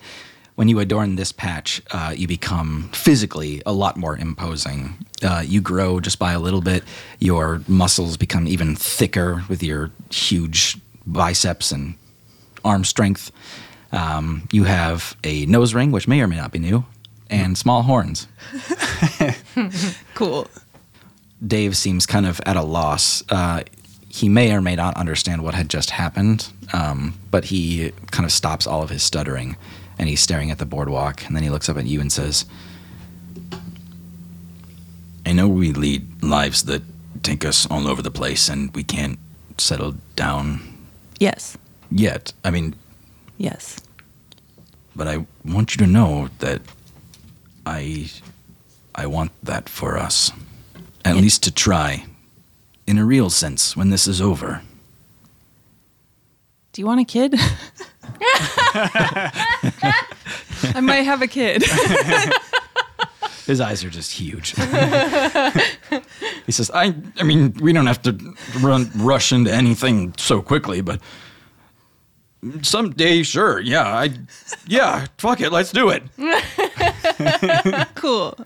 A: when you adorn this patch, uh, you become physically a lot more imposing. Uh, you grow just by a little bit. Your muscles become even thicker with your huge biceps and arm strength. Um, you have a nose ring, which may or may not be new, and small horns.
D: Cool.
A: Dave seems kind of at a loss. Uh, he may or may not understand what had just happened, um, but he kind of stops all of his stuttering and he's staring at the boardwalk. And then he looks up at you and says, I know we lead lives that take us all over the place and we can't settle down
D: Yes.
A: yet. I mean,
D: Yes.
A: but I want you to know that I I want that for us. At least to try in a real sense when this is over.
D: Do you want a kid? I might have a (laughs) kid.
A: His eyes are just (laughs) huge. he says, "I I mean, we don't have to run rush into anything so quickly, but someday sure. Yeah, I yeah, fuck it, let's do it."
D: cool.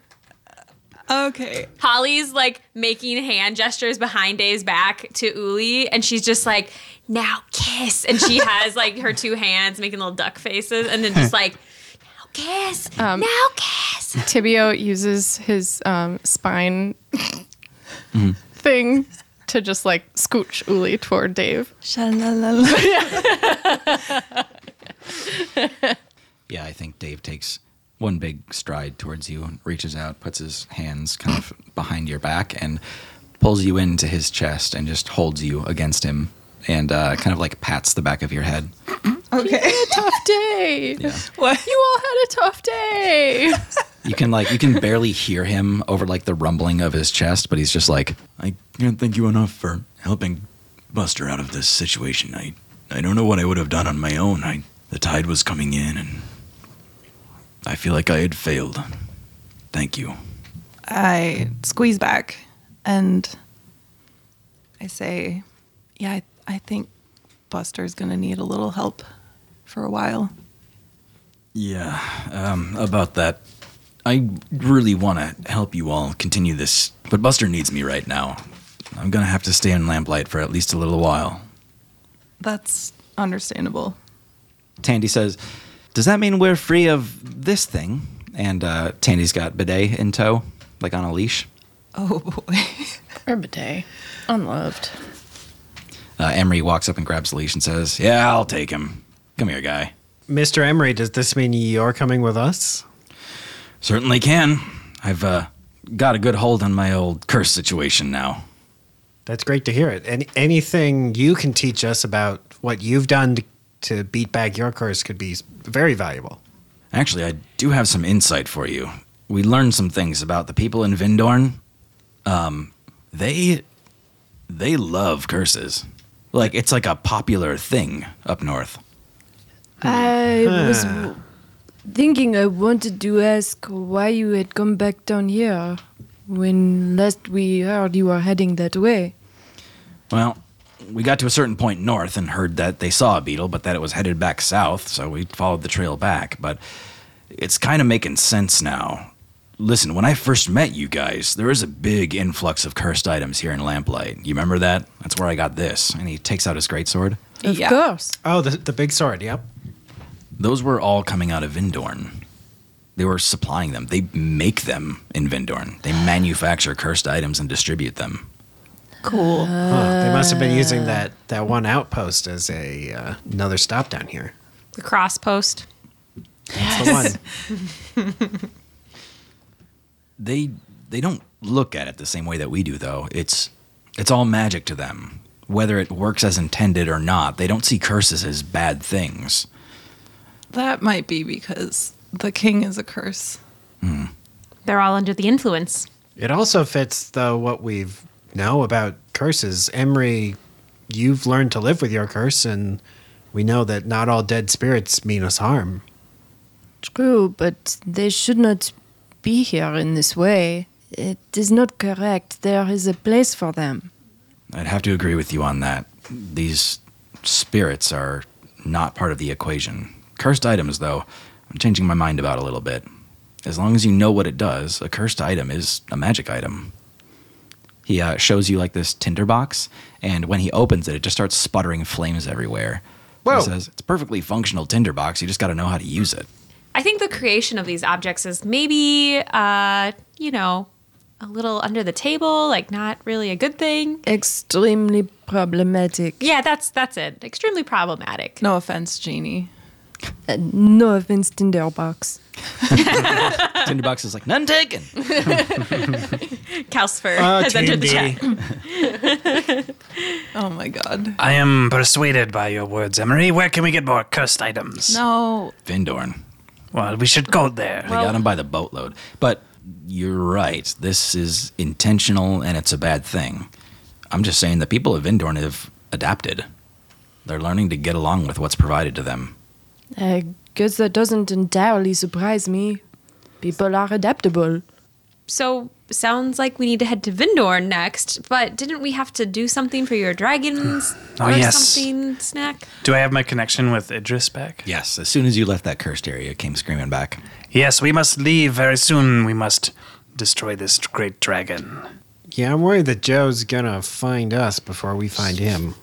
D: Okay.
F: Holly's like making hand gestures behind Day's back to Uli, and she's just like, now kiss. And (laughs) she has like her two hands making little duck faces, and then just like, now kiss, now kiss.
E: Tibio uses his um, spine thing to just like scooch Uli toward Dave.
D: Shalalala.
I: Yeah, I think Dave takes one big stride towards you and reaches out, puts his hands kind of behind your back, and pulls you into his chest and just holds you against him and uh, kind of like pats the back of your head.
D: Okay.
E: Tough day.
I: Yeah.
D: What?
E: You all had a tough day.
I: You can like you can barely hear him over like the rumbling of his chest, but he's just like,
A: I can't thank you enough for helping Buster out of this situation. I, I don't know what I would have done on my own. I, the tide was coming in, and I feel like I had failed. Thank you.
D: I squeeze back and I say, Yeah, I, I think Buster's going to need a little help for a while.
A: Yeah, um, about that. I really want to help you all continue this, but Buster needs me right now. I'm gonna have to stay in lamplight for at least a little while.
D: That's understandable.
I: Tandy says, "Does that mean we're free of this thing?" And uh, Tandy's got bidet in tow, like on a leash.
D: Oh boy.
E: Herb day. Unloved.
I: Uh, Emery walks up and grabs the leash and says, "Yeah,
A: Yeah, I'll take him. Come here, guy.
C: Mr. Emery, does this mean you're coming with us?
A: Certainly can. I've uh, got a good hold on my old curse situation now.
C: That's great to hear it. And anything you can teach us about what you've done to, to beat back your curse could be very valuable.
A: Actually, I do have some insight for you. We learned some things about the people in Vindorn. Um, they they love curses. Like it's like a popular thing up north.
B: I was w- thinking I wanted to ask why you had come back down here when last we heard you were heading that way.
A: Well, we got to a certain point north and heard that they saw a beetle, but that it was headed back south, so we followed the trail back. But it's kind of making sense now. Listen, when I first met you guys, there was a big influx of cursed items here in Lamplight. You remember that? That's where I got this.
I: and he takes out his greatsword.
B: Of course.
C: Oh, the, the big sword. Yep.
A: Those were all coming out of Vindorn. They were supplying them. They make them in Vindorn. They manufacture cursed items and distribute them.
D: Cool.
C: Huh, they must have been using that, that one outpost as a uh, another stop down here.
F: The cross post.
C: That's the one.
A: They they don't look at it the same way that we do though. It's it's all magic to them. Whether it works as intended or not, they don't see curses as bad things.
D: that might be because the king is a curse.
F: They're all under the influence.
C: It also fits though what we have know about curses. Emery, you've learned to live with your curse, and we know that not all dead spirits mean us harm.
B: True, but they should not be here in this way. It is not correct. There is a place for them.
A: I'd have to agree with you on that. These spirits are not part of the equation. Cursed items, though, I'm changing my mind about a little bit. As long as you know what it does, a cursed item is a magic item.
I: He uh, shows you like this tinder box, and when he opens it, it just starts sputtering flames everywhere.
C: Whoa.
I: He says, "It's a perfectly functional tinder box. You just got to know how to use it."
F: I think the creation of these objects is maybe, uh, you know, a little under the table, like not really a good thing.
B: Extremely problematic.
F: Yeah, that's that's it. Extremely (laughs) problematic.
D: No offense, Jeannie.
B: No offense, Tinderbox.
I: Tinderbox is like none taken.
F: Calcifer
G: Uh,
C: Oh,
F: has entered the
C: Tandy.
F: chat.
D: Oh my god.
G: I am persuaded by your words, Emery. Where can we get more cursed items?
D: No.
A: Vindorn,
G: Well, we should go there.
A: they got him by the boatload. But you're right. This is intentional and it's a bad thing. I'm just saying the people of Vindorn have adapted. They're learning to get along with what's provided to them.
B: I guess that doesn't entirely surprise me. People are adaptable.
F: (clears throat) so sounds like we need to head to Vindor next, but didn't we have to do something for your dragons
G: (sighs) Oh,
F: or
G: yes.
F: something snack?
G: Do I have my connection with Idris back?
A: Yes, as soon as you left that cursed area, it came screaming back.
G: Yes, we must leave very soon. We must destroy this great dragon.
C: Yeah, I'm worried that Joe's gonna find us before we find him.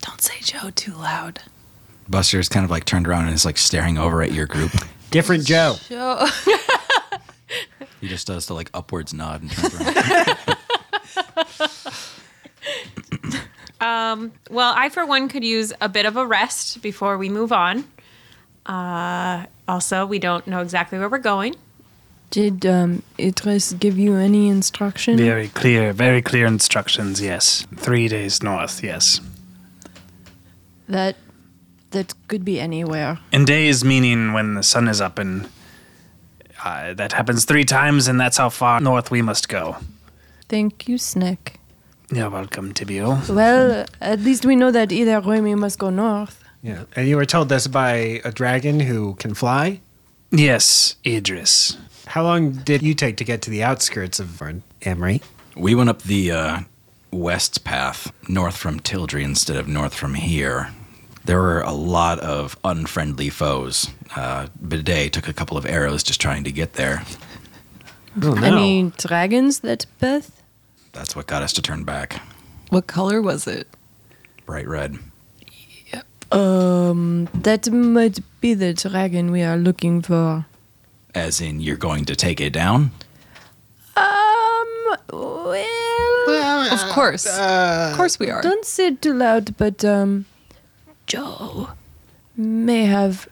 D: Don't say Joe too loud.
A: Buster's kind of like turned around and is like staring over at your group.
C: Different Joe.
D: Joe.
A: (laughs) He just does the like upwards nod and turns around.
F: Well, I for one could use a bit of a rest before we move on. Uh, also, we don't know exactly where we're going.
B: Did um, Idris give you any instruction?
G: Very clear, very clear instructions, yes. Three days north, yes.
B: That that could be anywhere.
G: And days meaning when the sun is up, and uh, that happens three times, and that's how far north we must go.
B: Thank you, Snack.
G: You're welcome, Tibio.
B: Well, at least we know that either way we must go north.
C: Yeah, and you were told this by a dragon who can fly.
G: Yes, Idris.
C: How long did you take to get to the outskirts of Vern Emery?
A: we went up the uh, west path, north from Tildry instead of north from here. There were a lot of unfriendly foes. Uh, Bidet took a couple of arrows just trying to get there.
B: Any dragons that path?
A: That's what got us to turn back.
D: what color was it?
A: Bright red.
B: Um, that might be the dragon we are looking for.
A: As in, you're going to take it down?
B: Um, well,
D: Of course. of course we are.
B: don't say it too loud, but um, Joe may have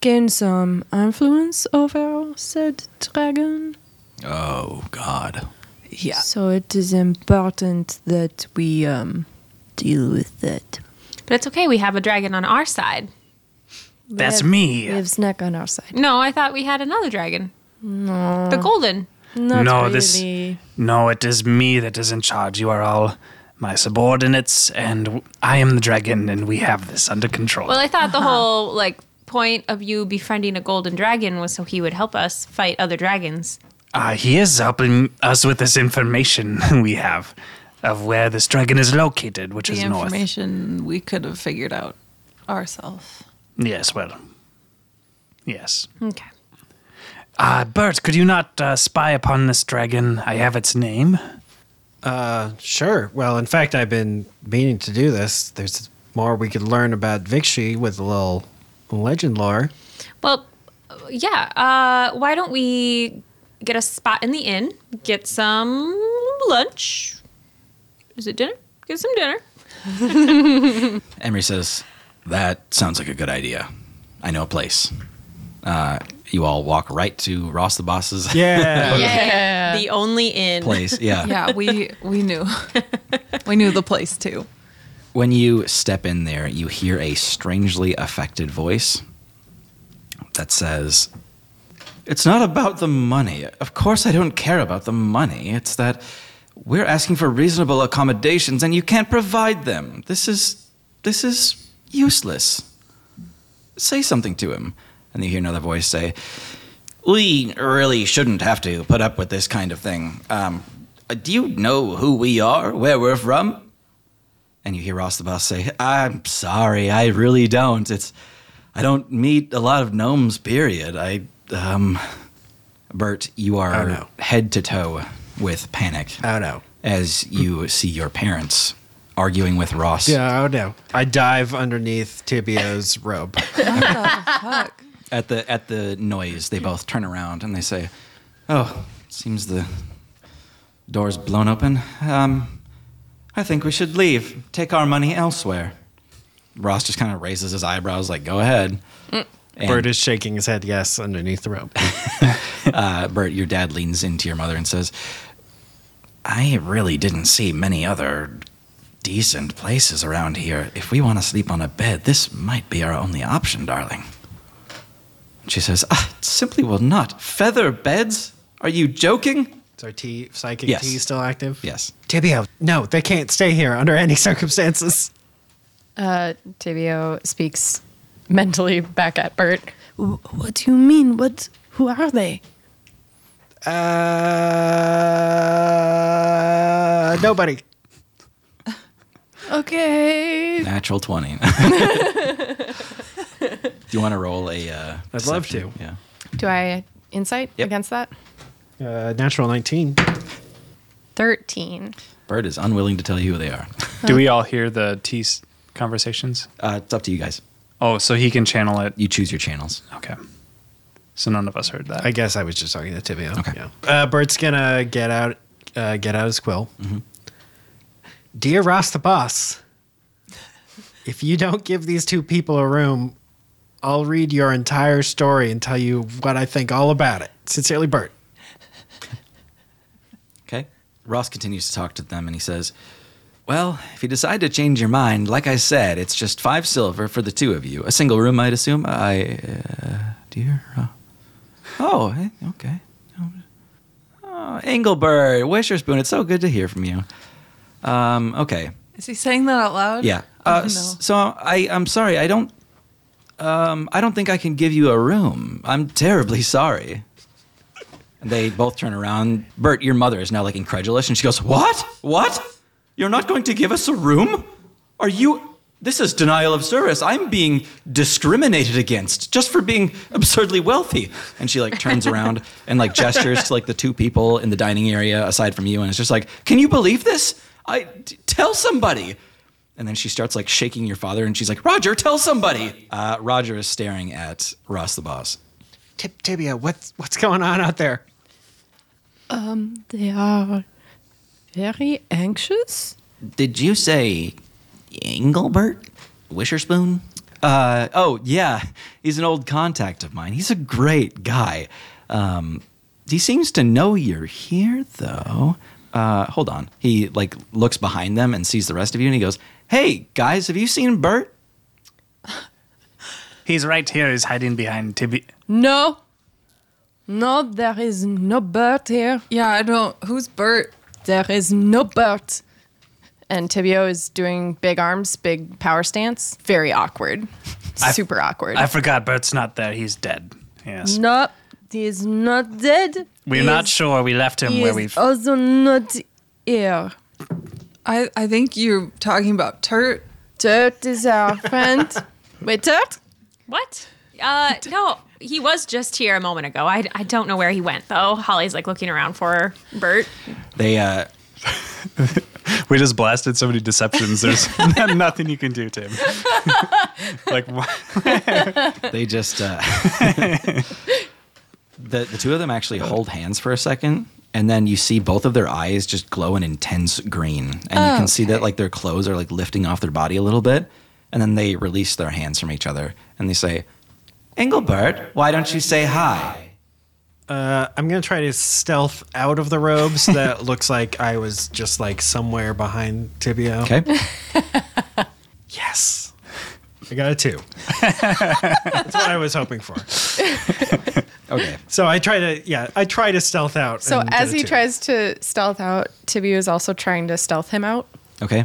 B: gained some influence over said dragon.
A: Oh, God.
D: Yeah.
B: So it is important that we um deal with that.
F: But it's okay, we have a dragon on our side.
G: That's
B: have-
G: me.
B: We have snack on our side.
F: No, I thought we had another dragon. No. The golden.
B: Not
G: No,
B: really.
G: this- No, it is me that is in charge. You are all my subordinates, and w- I am the dragon, and we have this under control.
F: Well, I thought the whole like point of you befriending a golden dragon was so he would help us fight other dragons.
G: Uh, he is helping us with this information (laughs) we have of where this dragon is located, which
D: The
G: is north.
D: information we could have figured out ourselves.
G: Yes, well. Yes.
F: Okay.
G: Uh, Bert, could you not uh, spy upon this dragon? I have its name.
C: Sure. Well, in fact, I've been meaning to do this. There's more we could learn about Vixie with a little legend lore.
F: Well, yeah. Uh, why don't we get a spot in the inn, get some lunch? Is it dinner? Get some dinner.
A: Emery says, That sounds like a good idea. I know a place. Uh, you all walk right to Ross the Boss's
C: Yeah.
F: Yeah. The only inn.
A: place. Yeah.
D: Yeah, (laughs) we we knew. we knew the place too.
A: When you step in there, you hear a strangely affected voice that says, It's not about the money. Of course, I don't care about the money. It's that we're asking for reasonable accommodations and you can't provide them. This is. This is useless. Say something to him. And you hear another voice say, We really shouldn't have to put up with this kind of thing. Um, do you know who we are, where we're from? and you hear Ross the Boss say, "I'm sorry, I really don't. It's I don't meet a lot of gnomes. Period. I um, Bert, you are
C: Oh, no.
A: head to toe with panic
C: Oh no.
A: as you see your parents arguing with Ross.
C: (laughs) Yeah. Oh no. I dive underneath Tibio's robe.
A: At the at the noise, they both turn around and they say, "Oh, seems the door's blown open. Um, I think we should leave. Take our money elsewhere." Ross just kind of raises his eyebrows, like, "Go ahead." (laughs) And-
C: Bird is shaking his head yes underneath the robe.
A: uh, Bert, your dad leans into your mother and says, I really didn't see many other decent places around here. If we want to sleep on a bed, this might be our only option, darling. She says, I simply will not. Feather beds? Are you joking?
C: Is our tea psychic
A: Yes.
C: tea still active?
A: Yes.
C: Tibio, no, they can't stay here under any circumstances.
E: Uh, Tibio speaks mentally back at Bert.
B: Wh- What do you mean? What? Who are they?
C: Uh, nobody.
E: Okay.
A: Natural (laughs) 20. Do you want to roll a. Uh,
C: I'd love
A: perception?
C: to.
A: Yeah.
E: Do I insight
A: Yep.
E: against that?
C: Uh, natural 19.
E: 13.
A: Bird is unwilling to tell you who they are.
H: Do we all hear the T s- conversations?
A: Uh, it's up to you guys.
H: Oh, so he can channel it.
A: You choose your channels.
H: Okay. So none of us heard that.
C: I guess I was just talking to Tibio.
A: Okay.
C: Yeah. Uh, Bert's gonna get out, uh, get out his quill. Dear Ross the boss, if you don't give these two people a room, I'll read your entire story and tell you what I think all about it. Sincerely, Bert.
A: Okay. Ross continues to talk to them and he says, Well, if you decide to change your mind, like I said, it's just five silver for the two of you. A single room, I'd assume. I. Uh, dear. Ro- Oh, eh, okay. Oh, Engelbert, Wisherspoon, it's so good to hear from you. Um, okay.
D: Is he saying that out loud?
A: Yeah.
D: Oh,
A: Uh,
D: no.
A: s- So I, I'm sorry. I don't. Um, I don't think I can give you a room. I'm terribly sorry. And they both turn around. Bert, your mother is now like incredulous, and she goes, "What? What? You're not going to give us a room? Are you? This is denial of service. I'm being discriminated against just for being absurdly wealthy." And she like turns around and like gestures to like the two people in the dining area aside from you, and it's just like, "Can you believe this? I d- tell somebody." And then she starts like shaking your father, and she's like, "Roger, tell somebody." Uh, Roger is staring at Ross the boss.
C: Tip Tibia, what's what's going on out there?
B: They are very anxious.
A: Did you say Engelbert Wisherspoon? Uh, oh yeah, he's an old contact of mine. He's a great guy. Um, he seems to know you're here, though. Uh, hold on. He like looks behind them and sees the rest of you, and he goes, "Hey guys, have you seen Bert?"
G: He's right here. He's hiding behind Tibby.
B: No. No, there is no Bert here.
D: Yeah, I don't. Who's Bert?
B: There is no Bert.
E: And Tibio is doing big arms, big power stance. Very awkward. Super awkward.
G: I forgot Bert's not there. He's dead. Yes.
B: No, he is not dead.
G: We're
B: He
G: not
B: is-
G: sure we left him
B: He
G: where
B: is oh.
G: we. have
B: also not here.
D: I, I think you're talking about Turt.
B: Turt
C: (laughs)
B: is our friend. Wait, Turt?
F: What? Uh, no, he was just here a moment ago. I, I don't know where he went though. Holly's like looking around for Bert.
A: They uh,
H: We just blasted so many deceptions.
B: (laughs)
H: There's (laughs) nothing you can do, Tim. like, wha-
A: they just uh, the the two of them actually hold hands for a second and then you see both of their eyes just glow an intense green and you can see that like their clothes are like lifting off their body a little bit and then they release their hands from each other and they say engelbert why don't you say hi
C: Uh, I'm gonna try to stealth out of the robe so that it looks like I was just like somewhere behind Tibio.
A: okay
C: Yes. I got a two. That's what I was hoping for.
A: okay
C: So I try to, yeah, I try to stealth out.
E: so
C: and get
E: as
C: a
E: he
C: two.
E: tries to stealth out, Tibio is also trying to stealth him out.
A: okay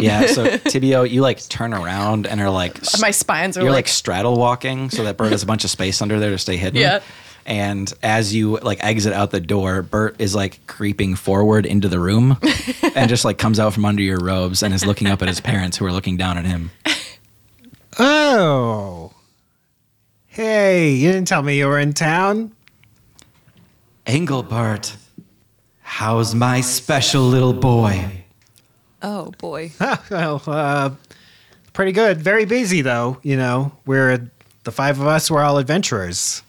A: yeah so tibio you like turn around and are like
E: My spines are
A: you're
E: like,
A: like straddle walking so that Bert has a bunch of space under there to stay hidden.
E: Yeah.
A: And as you like exit out the door, Bert is like creeping forward into the
E: (laughs)
A: room and just like comes out from under your robes and is looking up at his parents who are looking down at him.
C: Oh. Hey, you didn't tell me you were in town.
A: Engelbert, how's my special little boy?
D: Oh boy.
C: well, uh, pretty good. Very busy though. You know, we're the five of us. We're all adventurers.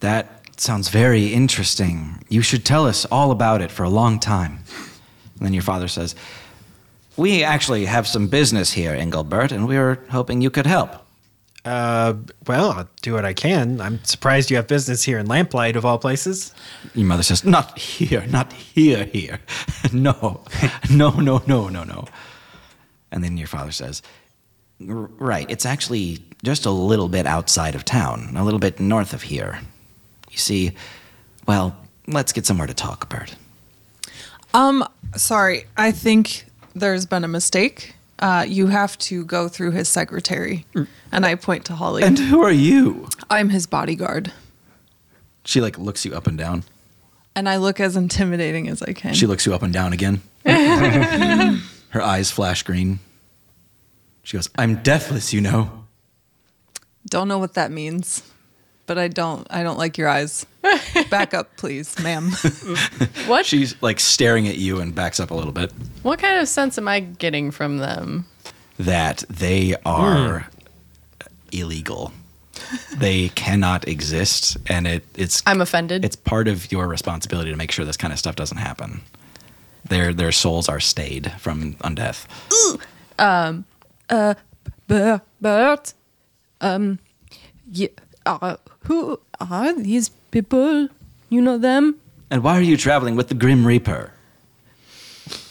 A: That sounds very interesting. You should tell us all about it for a long time. And then your father says, We actually have some business here, Engelbert, and we were hoping you could help.
C: Uh, well, I'll do what I can. I'm surprised you have business here in Lamplight, of all places.
A: Your mother says, Not here, not here, here. (laughs) no, no, no, no, no, no. And then your father says, "R- Right, it's actually just a little bit outside of town, a little bit north of here. You see, well, let's get somewhere to talk, Bert.
D: Um, sorry. I think there's been a mistake. Uh, you have to go through his secretary. And I point to Holly.
A: And who are you?
D: I'm his bodyguard.
A: She like looks you up and down.
D: and I look as intimidating as I can.
A: She looks you up and down again. Her eyes flash green. She goes, I'm deathless, you know.
D: don't know what that means, but I don't. I don't like
A: (laughs)
D: your eyes. Back up, please, ma'am.
E: What
A: She's like staring at you and backs up a little bit.
E: what kind of sense am I getting from them?
A: That they are illegal. They cannot exist, and it, it's
E: I'm offended.
A: it's part of your responsibility to make sure this kind of stuff doesn't happen. Their their souls are stayed from undeath.
B: Bert, Bert, um, ye- uh, who are these people? You know them?
A: And why are you traveling with the Grim Reaper?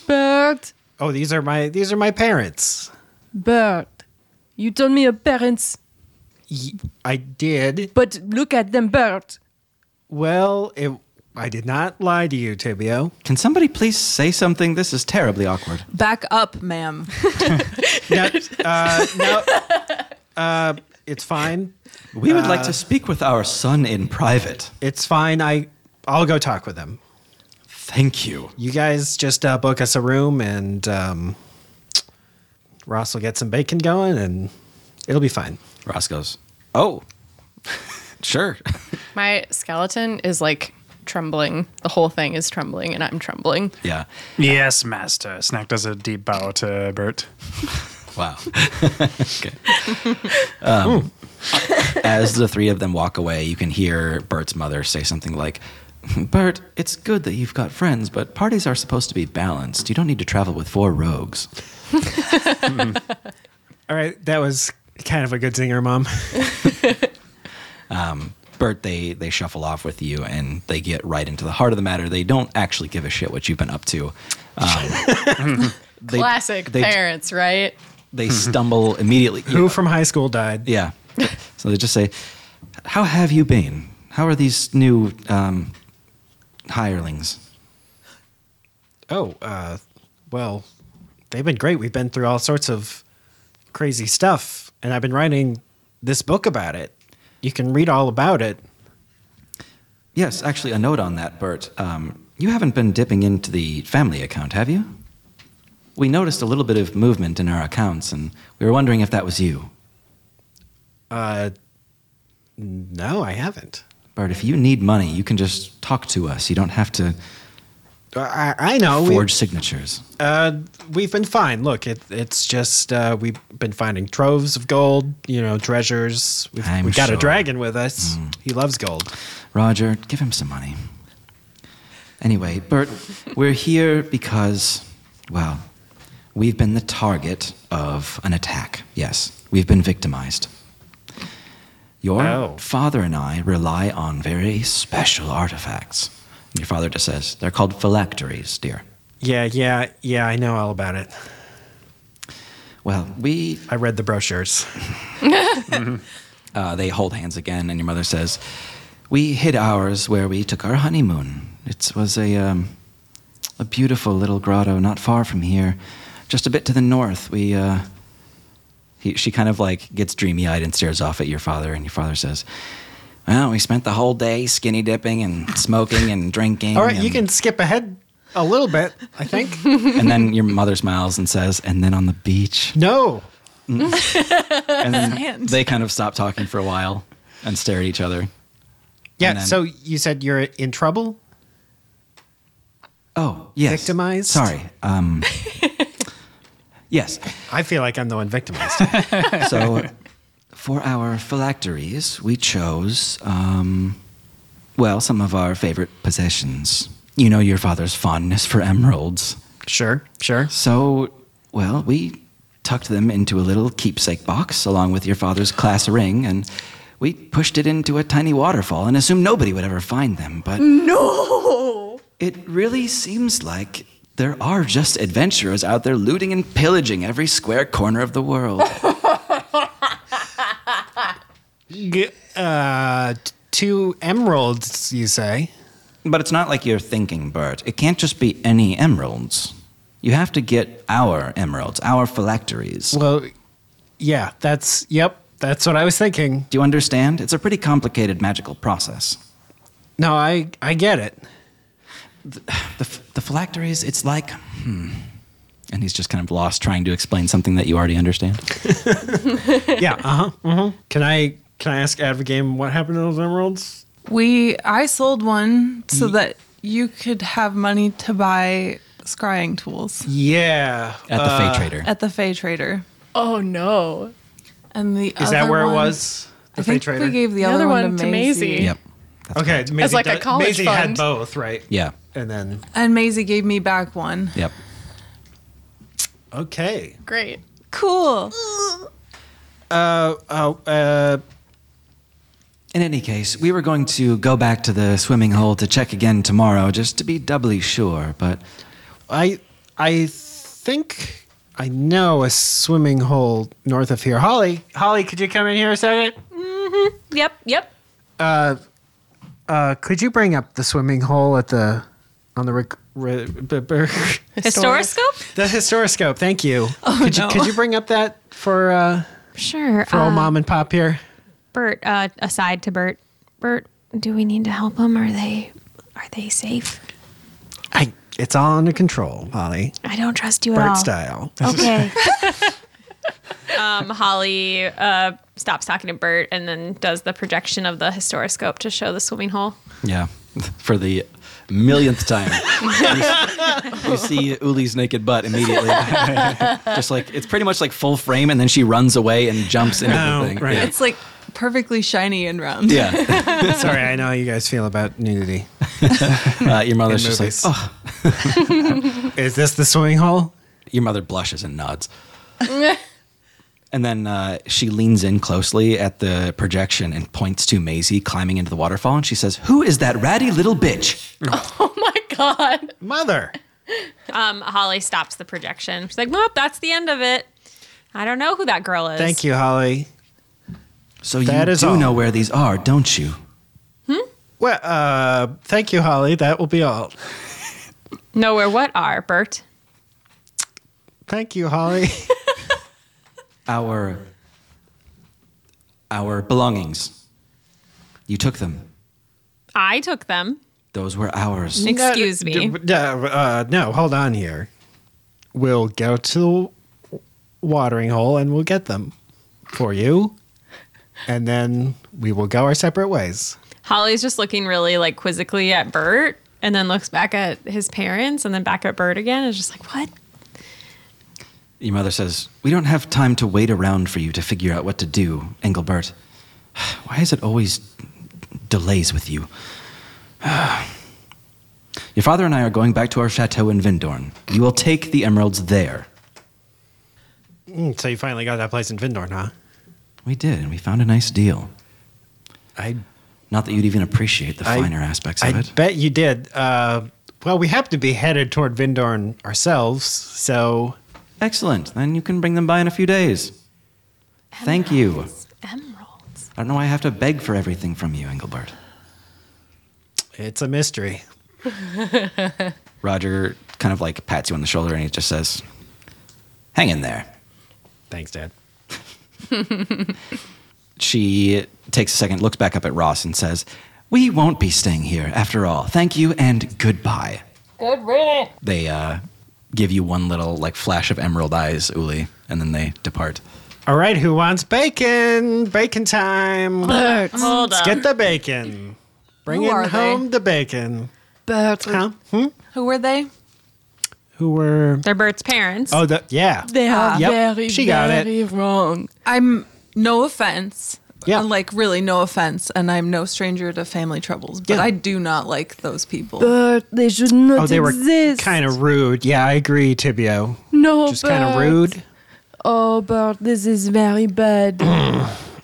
B: Bert,
C: Oh, these are my these are my parents.
B: Bert. You told me your parents,
C: Y- I did.
B: but look at them, Bert.
C: Well, it, I did not lie to you, Tibio.
A: Can somebody please say something? This is terribly awkward.
D: Back up, ma'am.
C: No, uh, no, uh, it's fine.
A: We would like to speak with our son in private.
C: It's fine. I I'll go talk with them.
A: Thank you.
C: You guys just uh, book us a room, and um, Ross will get some bacon going, and it'll be fine.
A: Ross goes, Oh, (laughs) sure. (laughs)
E: My skeleton is like trembling. The whole thing is trembling, and I'm trembling.
A: yeah.
G: Yes, master. Snack does a deep bow to Bert.
A: Wow. (laughs) okay. Um, (laughs) as the three of them walk away, you can hear Bert's mother say something like, Bert, it's good that you've got friends, but parties are supposed to be balanced. You don't need to travel with four rogues.
C: All right, that was kind of a good zinger, Mom. (laughs)
A: Bert, they they shuffle off with you and they get right into the heart of the matter. They don't actually give a shit what you've been up to. Um, they-
E: Classic
A: They,
E: parents, right?
A: they stumble immediately.
C: Who from high school died?
A: Yeah. (laughs) So they just say, "How have you been? How are these new um, hirelings?"
C: Oh, uh, well, they've been great. We've been through all sorts of crazy stuff, and I've been writing this book about it. You can read all about it.
A: Yes, actually, a note on that, Bert. Um, you haven't been dipping into the family account, have you? We noticed a little bit of movement in our accounts, and we were wondering if that was you.
C: Uh, no, I haven't.
A: Bert, if you need money, you can just talk to us. You don't have to
C: I, I know. Oh, we-
A: forge signatures.
C: Uh, we've been fine. Look, it, it's just uh, we've been finding troves of gold, you know, treasures. We've,
A: I'm
C: we've got
A: sure. Hmm.
C: a dragon with us. He loves gold.
A: Roger, give him some money. Anyway, Bert, we're here because, well, we've been the target of an attack. Yes, we've been victimized. Your
C: Oh.
A: father and I rely on very special artifacts. Your father just says they're called phylacteries, dear.
C: Yeah, yeah, yeah. I know all about it.
A: Well, we
C: I read
A: (laughs)
C: the brochures.
A: Uh, they hold hands again, and your mother says, "We hid ours where we took our honeymoon. It was a um, a beautiful little grotto not far from here, just a bit to the north. We." Uh, he, she kind of like gets dreamy eyed and stares off at your father, and your father says, "Well, we spent the whole day skinny dipping and smoking and drinking."
C: All right, you
A: and-
C: can skip ahead a little bit. I think. (laughs)
A: And then your mother smiles and says, "And then on the beach."
C: no.
A: And then they kind of stop talking for a while and stare at each other.
C: Yeah.
A: And then-
C: so you said you're in trouble.
A: Oh, yes.
C: Victimized?
A: Sorry. Um, yes.
C: I feel like I'm the one victimized.
A: So for our phylacteries, we chose, um, well, some of our favorite possessions. You know your father's fondness for emeralds.
C: (laughs) sure, sure.
A: So, well, we tucked them into a little keepsake box along with your father's class ring and we pushed it into a tiny waterfall and assumed nobody would ever find them, but No. It really seems like there are just adventurers out there looting and pillaging every square corner of the world.
C: G- Uh, t- two emeralds, you say?
A: But it's not like you're thinking, Bert. It can't just be any emeralds. You have to get our emeralds, our phylacteries.
C: Well, yeah. That's yep. That's what I was thinking.
A: Do you understand? It's a pretty complicated magical process.
C: No, I I get it.
A: the, f- the phylacteries, it's like, hmm. And he's just kind of lost trying to explain something that you already understand.
C: (laughs) yeah. Uh huh. Uh-huh. Can I can I ask Advogame what happened to those emeralds?
D: We I sold one so
C: Mm.
D: that you could have money to buy scrying tools
C: Yeah. uh,
A: At the Fey Trader.
D: at the Fey Trader.
E: Oh no.
D: And the
C: Is that
D: other
C: where
D: one-
C: it was? The Fey
D: I think
C: Trader.
D: we gave the, other, one to Maisie.
E: Maisie.
A: yep.
C: okay. Maisie
E: like a
C: does-
E: college
C: Maisie had
E: fund.
C: both, right?
A: Yeah.
C: And then
D: And Maisie gave me back one.
A: Yep.
C: okay.
E: Great.
D: Cool.
C: Uh oh. Uh.
A: In any case, we were going to go back to the swimming hole to check again tomorrow just to be doubly sure, but
C: I I think I know a swimming hole north of here. Holly, Holly, could you come in here a second?
F: Yep, yep.
C: Uh, could you bring up the swimming hole at the on the rec- re- b- b-
F: Historoscope?
C: (laughs) the historoscope? Thank you. could you could you bring up that for uh,
F: Sure.
C: for old mom and pop here?
F: Bert, uh, aside to Bert. Bert, do we need to help them? Are they are they safe?
C: I it's all under control, Holly.
F: I don't trust you
C: Bert
F: at all.
C: style. (laughs)
F: Okay. um, Holly uh, stops talking to Bert and then does the projection of the historoscope to show the swimming hole.
A: yeah, (laughs) for the millionth time, you, s- you see Uli's naked butt immediately. (laughs) just like it's pretty much like full frame, and then she runs away and jumps into
C: Oh,
A: the thing.
C: right.
D: It's like perfectly shiny and round.
A: Yeah. Yeah. (laughs)
C: (laughs) Sorry, I know how you guys feel about nudity.
A: Uh, your mother's
C: In
A: just like,
C: movies.
A: oh.
C: (laughs) Is this the swimming hole?
A: Your mother blushes and nods.
C: (laughs)
A: and then uh, she leans in closely at the projection and points to Maisie climbing into the waterfall, and she says, "Who is that ratty little bitch?"
E: Oh my god.
C: Mother.
F: Um, Holly stops the projection. She's like, nope, that's the end of it. I don't know who that girl is.
C: Thank you, Holly.
A: So you
C: That is
A: do
C: all.
A: know where these are, don't you?
C: Well, uh, thank you, Holly. That will be all.
F: Know where what are, Bert?
C: Thank you, Holly.
A: Our our belongings. You took them.
F: I took them.
A: Those were ours.
F: (laughs) Excuse
C: No,
F: me.
C: d- d- uh, no, hold on here. We'll go to the watering hole and we'll get them for you. And then we will go our separate ways.
F: Holly's just looking really like quizzically at Bert and then looks back at his parents and then back at Bert again and is just like, what?
A: Your mother says, "We don't have time to wait around for you to figure out what to do, Engelbert. (sighs) Why is it always delays with you?" (sighs) Your father and I are going back to our chateau in Vindorn. You will take the emeralds there.
C: Mm, so you finally got that place in Vindorn, huh?
A: We did, and we found a nice deal.
C: I,
A: Not that you'd even appreciate the
C: I-
A: finer aspects of
C: I
A: it.
C: bet you did. Uh, well, we have to be headed toward Vindorn ourselves, so
A: Excellent. Then you can bring them by in a few days. Thank you.
F: Emeralds.
A: I don't know why I have to beg for everything from you, Engelbert.
C: it's a mystery.
A: Roger kind of like pats you on the shoulder and he just says, Hang in there.
C: Thanks, Dad.
A: She takes a second, looks back up at Ross, and says, We won't be staying here after all. Thank you and goodbye. Good riddance. They uh, give you one little like flash of emerald eyes, Uli, and then they depart.
C: All right, who wants bacon? Bacon time.
E: Bert.
F: Hold
C: Let's
F: up.
C: get the bacon. Bring
D: Who
C: in
D: are they?
C: home the bacon.
E: Bert.
C: Huh? Hmm?
D: Who were they?
C: Who were?
F: They're Bert's parents.
C: Oh, the yeah.
B: They are
C: Yep,
B: very,
C: she got it.
B: very wrong.
D: I'm no offense.
C: Yeah.
D: Like really no offense, and I'm no stranger to family troubles, but
C: Yeah.
D: I do not like those people.
B: Bert, they should not
C: Oh, they were
B: exist.
C: kind of rude. Yeah, I agree, Tibio.
B: no,
C: Oh, Just kind of
B: Bert.
C: rude.
B: Oh, Bert, this is
C: (clears throat)
B: very bad.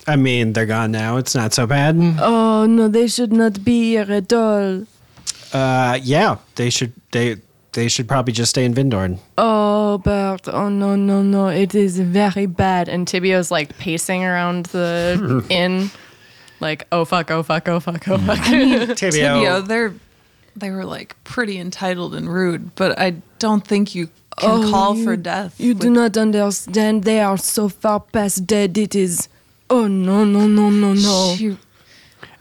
C: I mean, they're gone now. It's not so bad.
B: oh no, they should not be here at all.
C: Uh, yeah, they should. They they should probably just stay in Vindorn.
B: Oh, Bert, oh no, no, no, it is very bad.
E: And Tibio's like pacing around the inn, like, oh fuck, oh fuck, oh fuck, oh fuck. (laughs)
C: Tibio.
D: Tibio, they're they were like pretty entitled and rude, but I don't think you can
B: Oh,
D: call
B: you-
D: for death.
B: You do
D: with-
B: not understand. They are so far past dead. It is. Oh no, no, no, no, no.
D: She-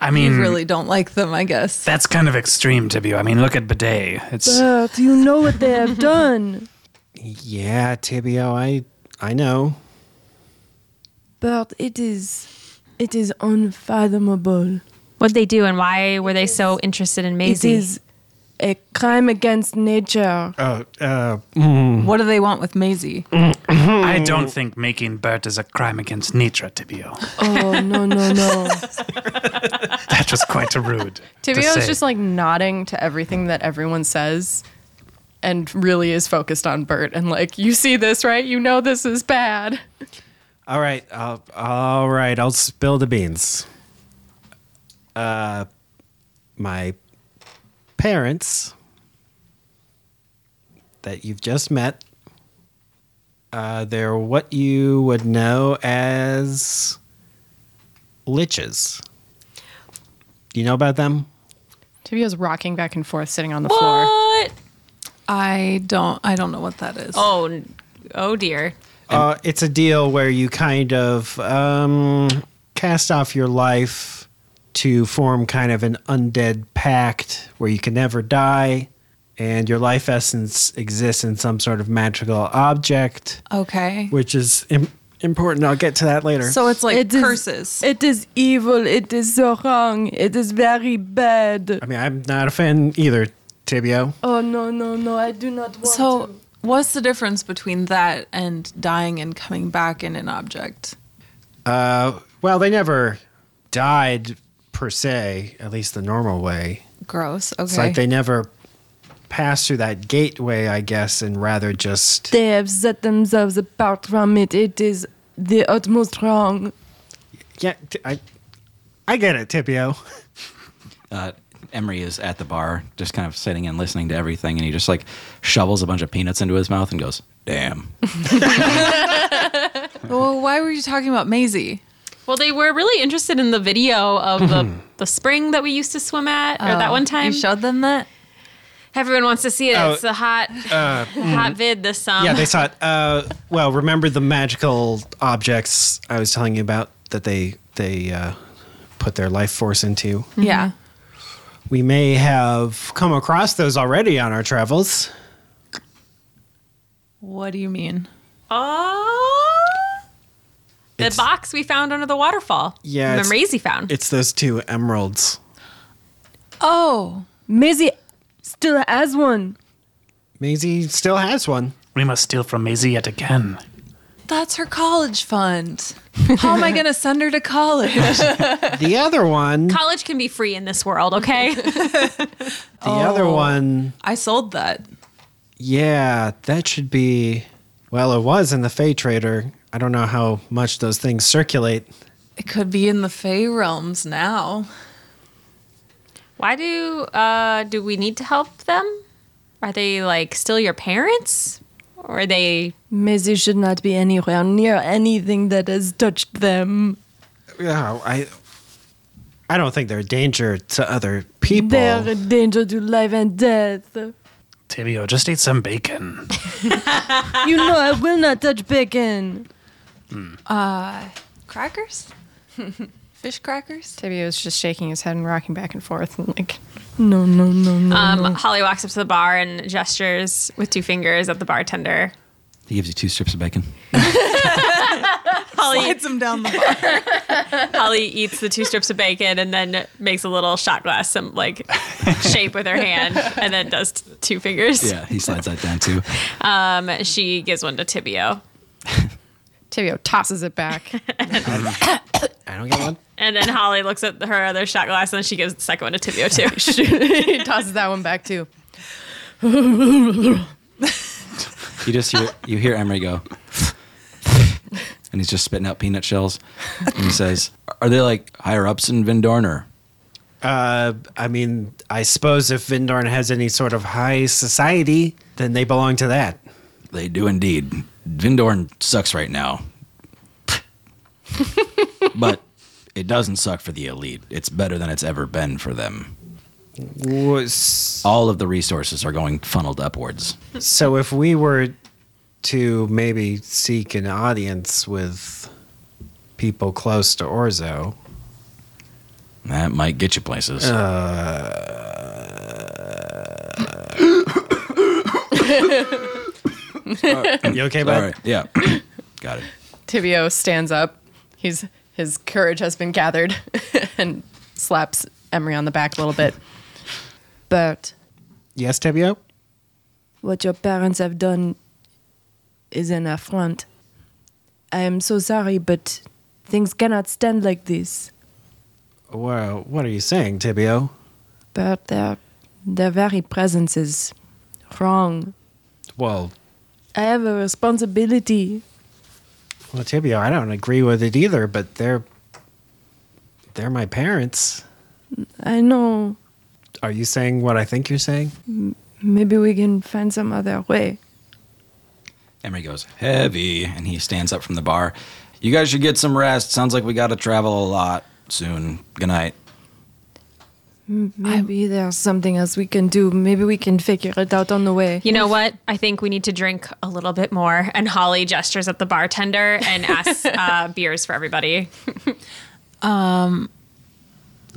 G: I mean,
D: you really don't like them, I guess.
G: that's kind of extreme, Tibby. I mean, look at Bidet. It's
B: But you know what they have done. (laughs)
C: Yeah, Tibio, I I know.
B: But it is, it is unfathomable.
F: What'd they do and why were they so interested in
B: It
F: Maisie?
B: is a crime against nature.
C: Oh, uh,
D: What do they want with Maisie?
G: I don't think making Bert is a crime against Nitra, Tibio.
B: Oh no no no!
G: That was
E: (laughs)
G: quite rude. to
E: Tibio is
G: say.
E: just like nodding to everything that everyone says and really is focused on Bert and like, you see this, right? You know this is bad.
C: all right, I'll, all right, I'll spill the beans. Uh, my parents that you've just met. Uh, they're what you would know as liches. You know about them?
E: Tibio's rocking back and forth sitting on the floor.
F: What?
D: I don't. I don't know what that is.
F: Oh, n- oh dear.
C: Uh, it's a deal where you kind of um, cast off your life to form kind of an undead pact where you can never die, and your life essence exists in some sort of magical object,
D: Okay.
C: which is Im- important. I'll get to that later.
D: (laughs) So it's like
B: It is-
D: curses.
B: It is evil. It is so wrong. It is very bad.
C: I mean, I'm not a fan either, Tibio.
B: Oh no no no! I do not want
D: so,
B: to.
D: what's the difference between that and dying and coming back in an object?
C: Uh, well, they never died per se, at least the normal way.
D: Gross. Okay.
C: It's like they never passed through that gateway, I guess, and rather just.
B: They have set themselves apart from it. It is the utmost wrong.
C: Yeah, t- I, I get it, Tipio.
A: Uh, Emery is at the bar, just kind of sitting and listening to everything, and he just like shovels a bunch of peanuts into his mouth and goes, (laughs) "Damn."
D: well, why were you talking about Maisie?
F: Well, they were really interested in the video of the,
C: Hmm.
F: the spring that we used to swim at, or that one time.
D: You showed them that.
F: Everyone wants to see it.
C: Oh, uh, hmm.
F: it's a hot, hot vid this um, summer.
C: Yeah, they (laughs) saw it. Uh, well, remember the magical objects I was telling you about that they they uh, put their life force into.
D: Yeah.
B: Mm-hmm.
C: We may have come across those already on our travels.
D: What do you mean?
F: Oh, the
C: It's-
F: box we found under the waterfall.
C: Yeah,
F: the
C: it's-
F: Maisie found.
C: It's those two emeralds.
D: Oh,
B: Maisie still has one.
C: Maisie still has one.
G: We must steal from Maisie yet again.
D: that's her college fund. How am I going to send her to college?
C: (laughs) The other one, the
F: College can be free in this world,
C: (laughs)
F: okay?
C: other one,
D: (laughs) I sold that.
C: yeah, that should be. Well, it was in the Fey Trader. I don't know how much those things circulate.
D: It could be in the Fey realms now.
F: Why do uh, do we need to help them? Are they like still your parents, or are they?
B: Maisie should not be anywhere near anything that has touched them.
C: Yeah, I I don't think they're a danger to other people.
B: They're a danger to life and death.
G: Tibio, just eat some bacon.
B: you know I will not touch bacon.
D: Crackers? (laughs) Fish crackers?
E: Tibio's just shaking his head and rocking back and forth and like,
B: No no no no.
F: Um, Holly walks up to the bar and gestures with two fingers at the bartender.
A: He gives you two strips of bacon.
F: Holly,
D: Hits him down (laughs) the bar.
F: Holly eats the two strips of bacon and then makes a little shot glass, some like shape with her hand, and then does t- two fingers.
A: Yeah, he slides that down too.
F: Um, she gives one to Tibio,
E: Tibio tosses it (laughs) back.
C: I don't get one.
F: and then Holly looks at her other shot glass and she gives the second one to Tibio too.
B: (laughs)
E: he tosses that one back too.
A: You just hear you hear Emery go, and he's just spitting out peanut shells, and he says, "Are they like higher ups in Vindorner?"
C: Uh, I mean, I suppose if Vindorn has any sort of high society, then they belong to that.
A: They do indeed. Vindorn sucks right now. but it doesn't suck for the elite. It's better than it's ever been for them.
C: Was-
A: All of the resources are going funneled upwards.
C: So if we were to maybe seek an (coughs) audience with people close to Orzo,
I: That might get you places.
A: Uh.
C: You okay,
I: All
C: bud?
I: right. Yeah. Got it.
E: Tibio stands up. He's his courage has been gathered (laughs) and slaps Emery on the back a little bit.
B: Bert,
C: Yes, Tebio?
B: what your parents have done is an affront. I am so sorry, but things cannot stand like this.
C: Wow, what are you saying, Tibio?
B: But their, their very presence is wrong.
C: Well,
B: I have a responsibility.
C: well, Tibio, I don't agree with it either, but they're they're my parents.
B: I know.
C: Are you saying what I think you're saying?
B: Maybe we can find some other way.
A: Emery goes, heavy. And he stands up from the bar. You guys should get some rest. Sounds like we got to travel a lot soon. Good night.
B: Maybe there's something else we can do. Maybe we can figure it out on the way.
F: You know what? I think we need to drink a little bit more. And Holly gestures at the bartender and (laughs) asks uh, beers for everybody.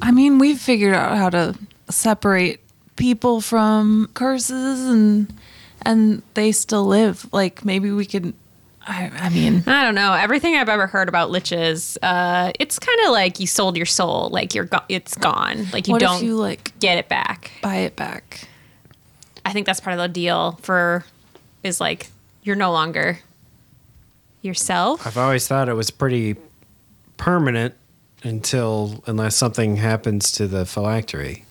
D: I mean, we've figured out how to separate people from curses and and they still live. Like maybe we could I, I (laughs) mean,
F: I don't know. Everything I've ever heard about liches, uh, it's kind of like you sold your soul. Like you're, go- it's gone. Like you
D: what
F: don't
D: if you like
F: get it back.
D: buy it back?
F: I think that's part of the deal for, is like you're no longer yourself.
C: I've always thought it was pretty permanent until unless something happens to the phylactery.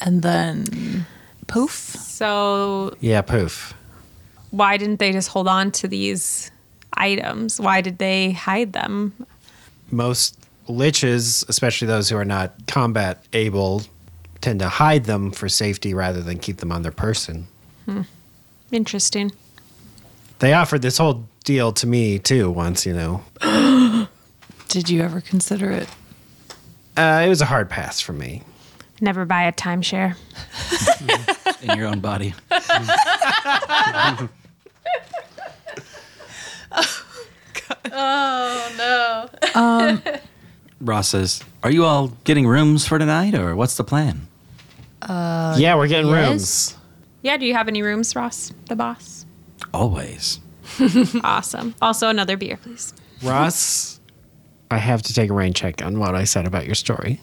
D: And then poof.
F: So
C: Yeah, poof.
F: why didn't they just hold on to these items? Why did they hide them?
C: Most liches, especially those who are not combat able, tend to hide them for safety rather than keep them on their person.
F: Interesting.
C: They offered this whole deal to me too once, you know.
D: Did you ever consider it?
C: Uh, it was a hard pass for me.
F: Never buy a timeshare.
A: In your own body. (laughs) Ross says, Are you all getting rooms for tonight or what's the plan?
C: yeah, we're getting
E: yes.
C: rooms.
F: Yeah, do you have any rooms, Ross, the (laughs) boss?
A: Always.
F: Awesome. Also, another beer, please.
C: Ross, I have to take a rain check on what I said about your story.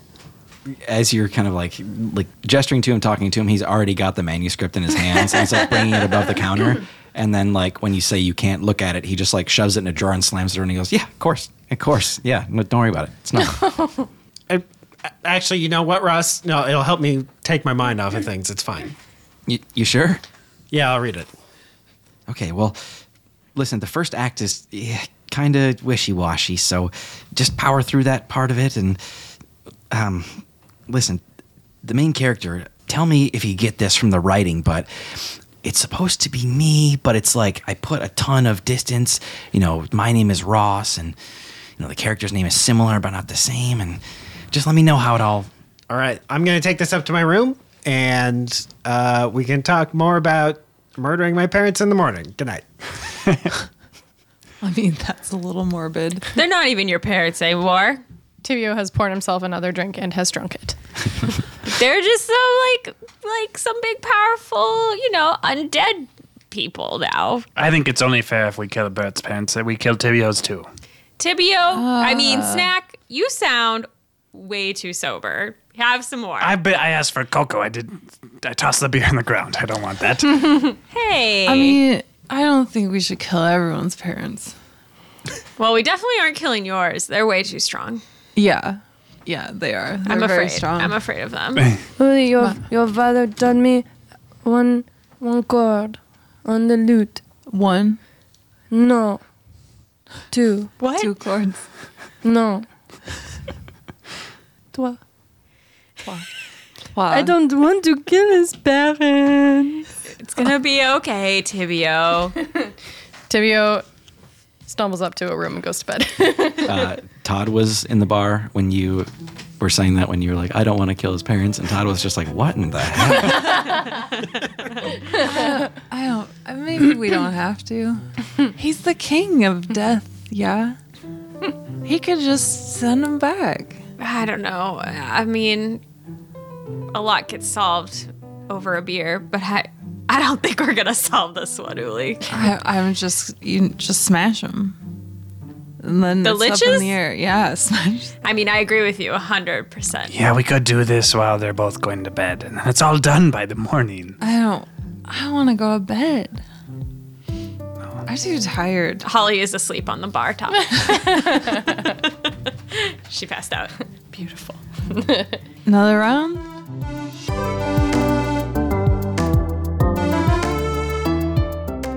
A: As you're kind of like like gesturing to him, talking to him, he's already got the manuscript in his hands and he's like bringing it above the counter. And then like when you say you can't look at it, he just like shoves it in a drawer and slams the door and he goes, Yeah, of course. Of course. Yeah. No, don't worry about it. It's not
C: I, uh, actually, you know what, Ross? No, it'll help me take my mind off of things. It's fine.
A: you, you sure?
C: Yeah, I'll read it.
A: Okay, well, listen, the first act is kind of wishy washy, so just power through that part of it. And um, listen, the main character, tell me if you get this from the writing, but it's supposed to be me, but it's like I put a ton of distance. You know, my name is Ross, and, you know, the character's name is similar, but not the same. And just let me know how it all.
C: All right, I'm going to take this up to my room and uh, we can talk more about murdering my parents in the morning. Good night.
D: I mean, (laughs) that's a little morbid.
F: They're not even your parents anymore.
E: Tibio has poured himself another drink and has drunk it.
F: They're just some like like some big powerful, you know, undead people now.
G: I think it's only fair if we kill Bert's parents that we kill Tibio's too.
F: Tibio, I mean Snack, you sound way too sober. Have some more.
G: I bet I asked for cocoa. I did. I tossed the beer on the ground. I don't
E: (laughs)
G: want that.
F: hey.
D: I mean, I don't think we should kill everyone's parents.
F: well, we definitely aren't killing yours. They're way too strong.
D: Yeah. Yeah, they are. They're
F: I'm
D: very
F: afraid.
D: strong.
F: I'm afraid of
D: (laughs)
F: them.
B: Oh, your, your father taught me one, one chord on the lute.
D: One,
B: No. Two.
F: what?
D: two chords.
F: (laughs)
B: No. Toi.
D: Wow.
B: I don't want to kill his parents.
F: It's gonna be okay, Tibio.
E: Tibio stumbles up to a room and goes to bed.
A: Todd was in the bar when you were saying that when you were like, I don't want to kill his parents. And Todd was just like, What in the hell?
D: I don't. uh, Maybe we don't have
F: (laughs)
D: to. He's the king of death. Yeah. He could just send him back.
F: I don't know. I mean, a lot gets solved over a beer, but I, I don't think we're gonna solve this one, Uli.
D: I, I would just you just smash them. And then
F: The
D: it's up in
F: liches?
D: the air. Yeah, (laughs) smash.
F: I mean, I agree with you hundred percent.
G: Yeah, we could do this while they're both going to bed, and then it's all done by the morning.
D: I don't. I want to go to bed. I'm too tired.
F: Holly is asleep on the bar top. (laughs) she passed out. Beautiful.
D: Another round.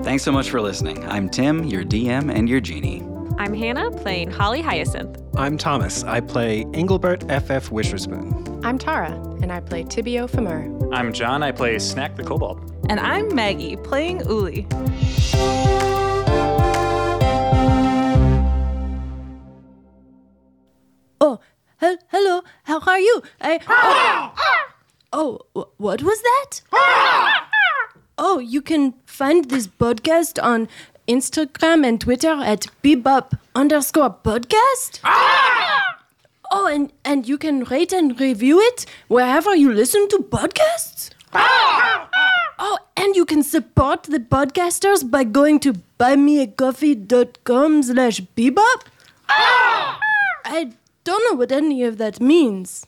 A: Thanks so much for listening. I'm Tim, your DM and your genie.
F: I'm Hannah playing Holly Hyacinth.
C: I'm Thomas. I play Engelbert FF Wisherspoon.
E: I'm Tara, and I play Tibio Femur.
H: I'm John. I play Snack the Kobold.
D: And I'm Maggie playing Uli.
B: Oh, he- hello. How are you? I. Oh, oh wh- what was that? oh, you can find this podcast on Instagram and Twitter at bebop underscore podcast. oh, and, and you can rate and review it wherever you listen to podcasts. Oh, and you can support the podcasters by going to buymeacoffee.com slash bebop. I don't know what any of that means.